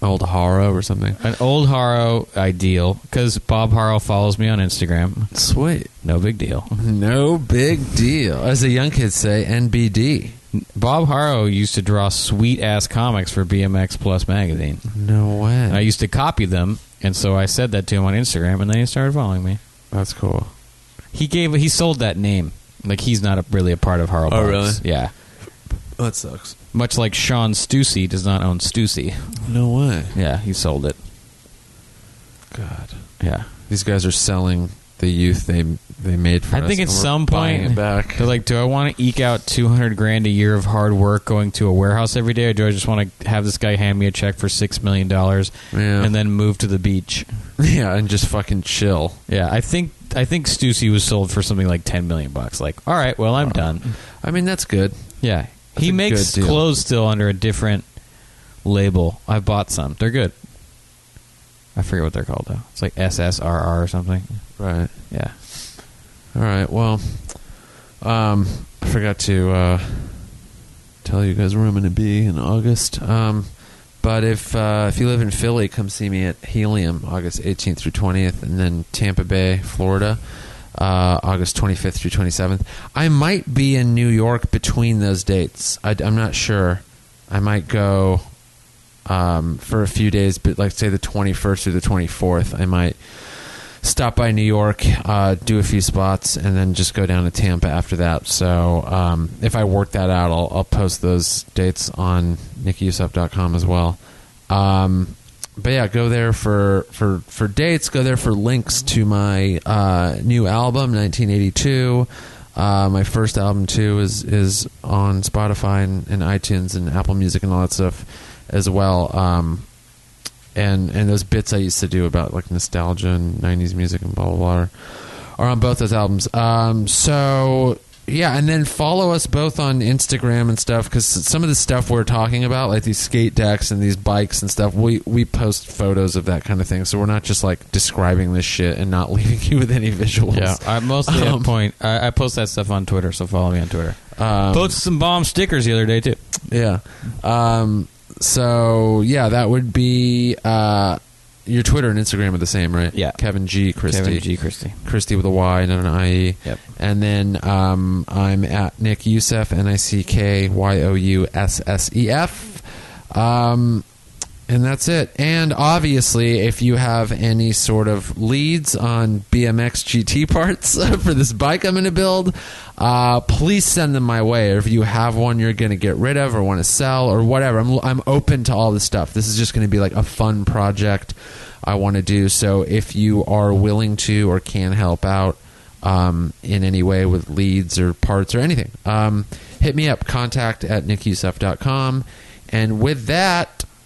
Old Haro or something. An old Haro ideal, because Bob Haro follows me on Instagram. Sweet. No big deal. No big deal. As the young kids say, NBD. Bob Harrow used to draw sweet ass comics for BMX Plus magazine. No And I way. used to copy them, and so I said that to him on Instagram, and then he started following me. That's cool. He gave he sold that name. Like he's not a, really a part of Harrow. Oh, Books. really? Yeah. That sucks. Much like Sean Stussy does not own Stussy. No way. Yeah, he sold it. God. Yeah. These guys are selling the youth they they made for I us, think at and we're some buying point it back. they're like, "Do I want to eke out two hundred grand a year of hard work going to a warehouse every day, or do I just want to have this guy hand me a check for six million dollars Yeah. and then move to the beach?" yeah, and just fucking chill. Yeah, I think I think Stussy was sold for something like ten million bucks. Like, all right, well, I'm done. I mean, that's good. Yeah, That's he a makes good deal. clothes still under a different label. I bought some; they're good. I forget what they're called though. It's like SSRR or something. Right. Yeah. All right. Well, um, I forgot to uh, tell you guys where I'm going to be in August. Um, but if uh, if you live in Philly, come see me at Helium August 18th through 20th, and then Tampa Bay, Florida, uh, August 25th through 27th. I might be in New York between those dates. I, am not sure. I might go um, for a few days, but like say the 21st through the 24th, I might stop by New York, uh, do a few spots, and then just go down to Tampa after that. So um, if I work that out, I'll, I'll post those dates on nickiyusuf.com as well. Um, but yeah, go there for, for, for dates. Go there for links to my uh, new album, 1982. Uh, my first album too is is on Spotify and, and iTunes and Apple Music and all that stuff as well. Um, and and those bits I used to do about like nostalgia and '90s music and blah blah blah are, are on both those albums. Um, so yeah, and then follow us both on Instagram and stuff because some of the stuff we're talking about, like these skate decks and these bikes and stuff, we we post photos of that kind of thing. So we're not just like describing this shit and not leaving you with any visuals. Yeah. I mostly Um, at point. I, I post that stuff on Twitter, so follow me on Twitter. Um, Posted some bomb stickers the other day too. Yeah. Um, so yeah, that would be uh, your Twitter and Instagram are the same, right? Yeah. Kevin G. Christie. Kevin G. Christie. Christie with a Y, not an E. IE. Yep. And then um, I'm at Nick Youssef, N I C K Y O U S S E F. Um, and that's it. And obviously, if you have any sort of leads on BMX GT parts for this bike I'm going to build, uh, please send them my way. Or if you have one you're going to get rid of or want to sell or whatever, I'm, I'm open to all this stuff. This is just going to be like a fun project I want to do. So if you are willing to or can help out, um, in any way with leads or parts or anything, um, hit me up, contact at nickyousef.com. And with that,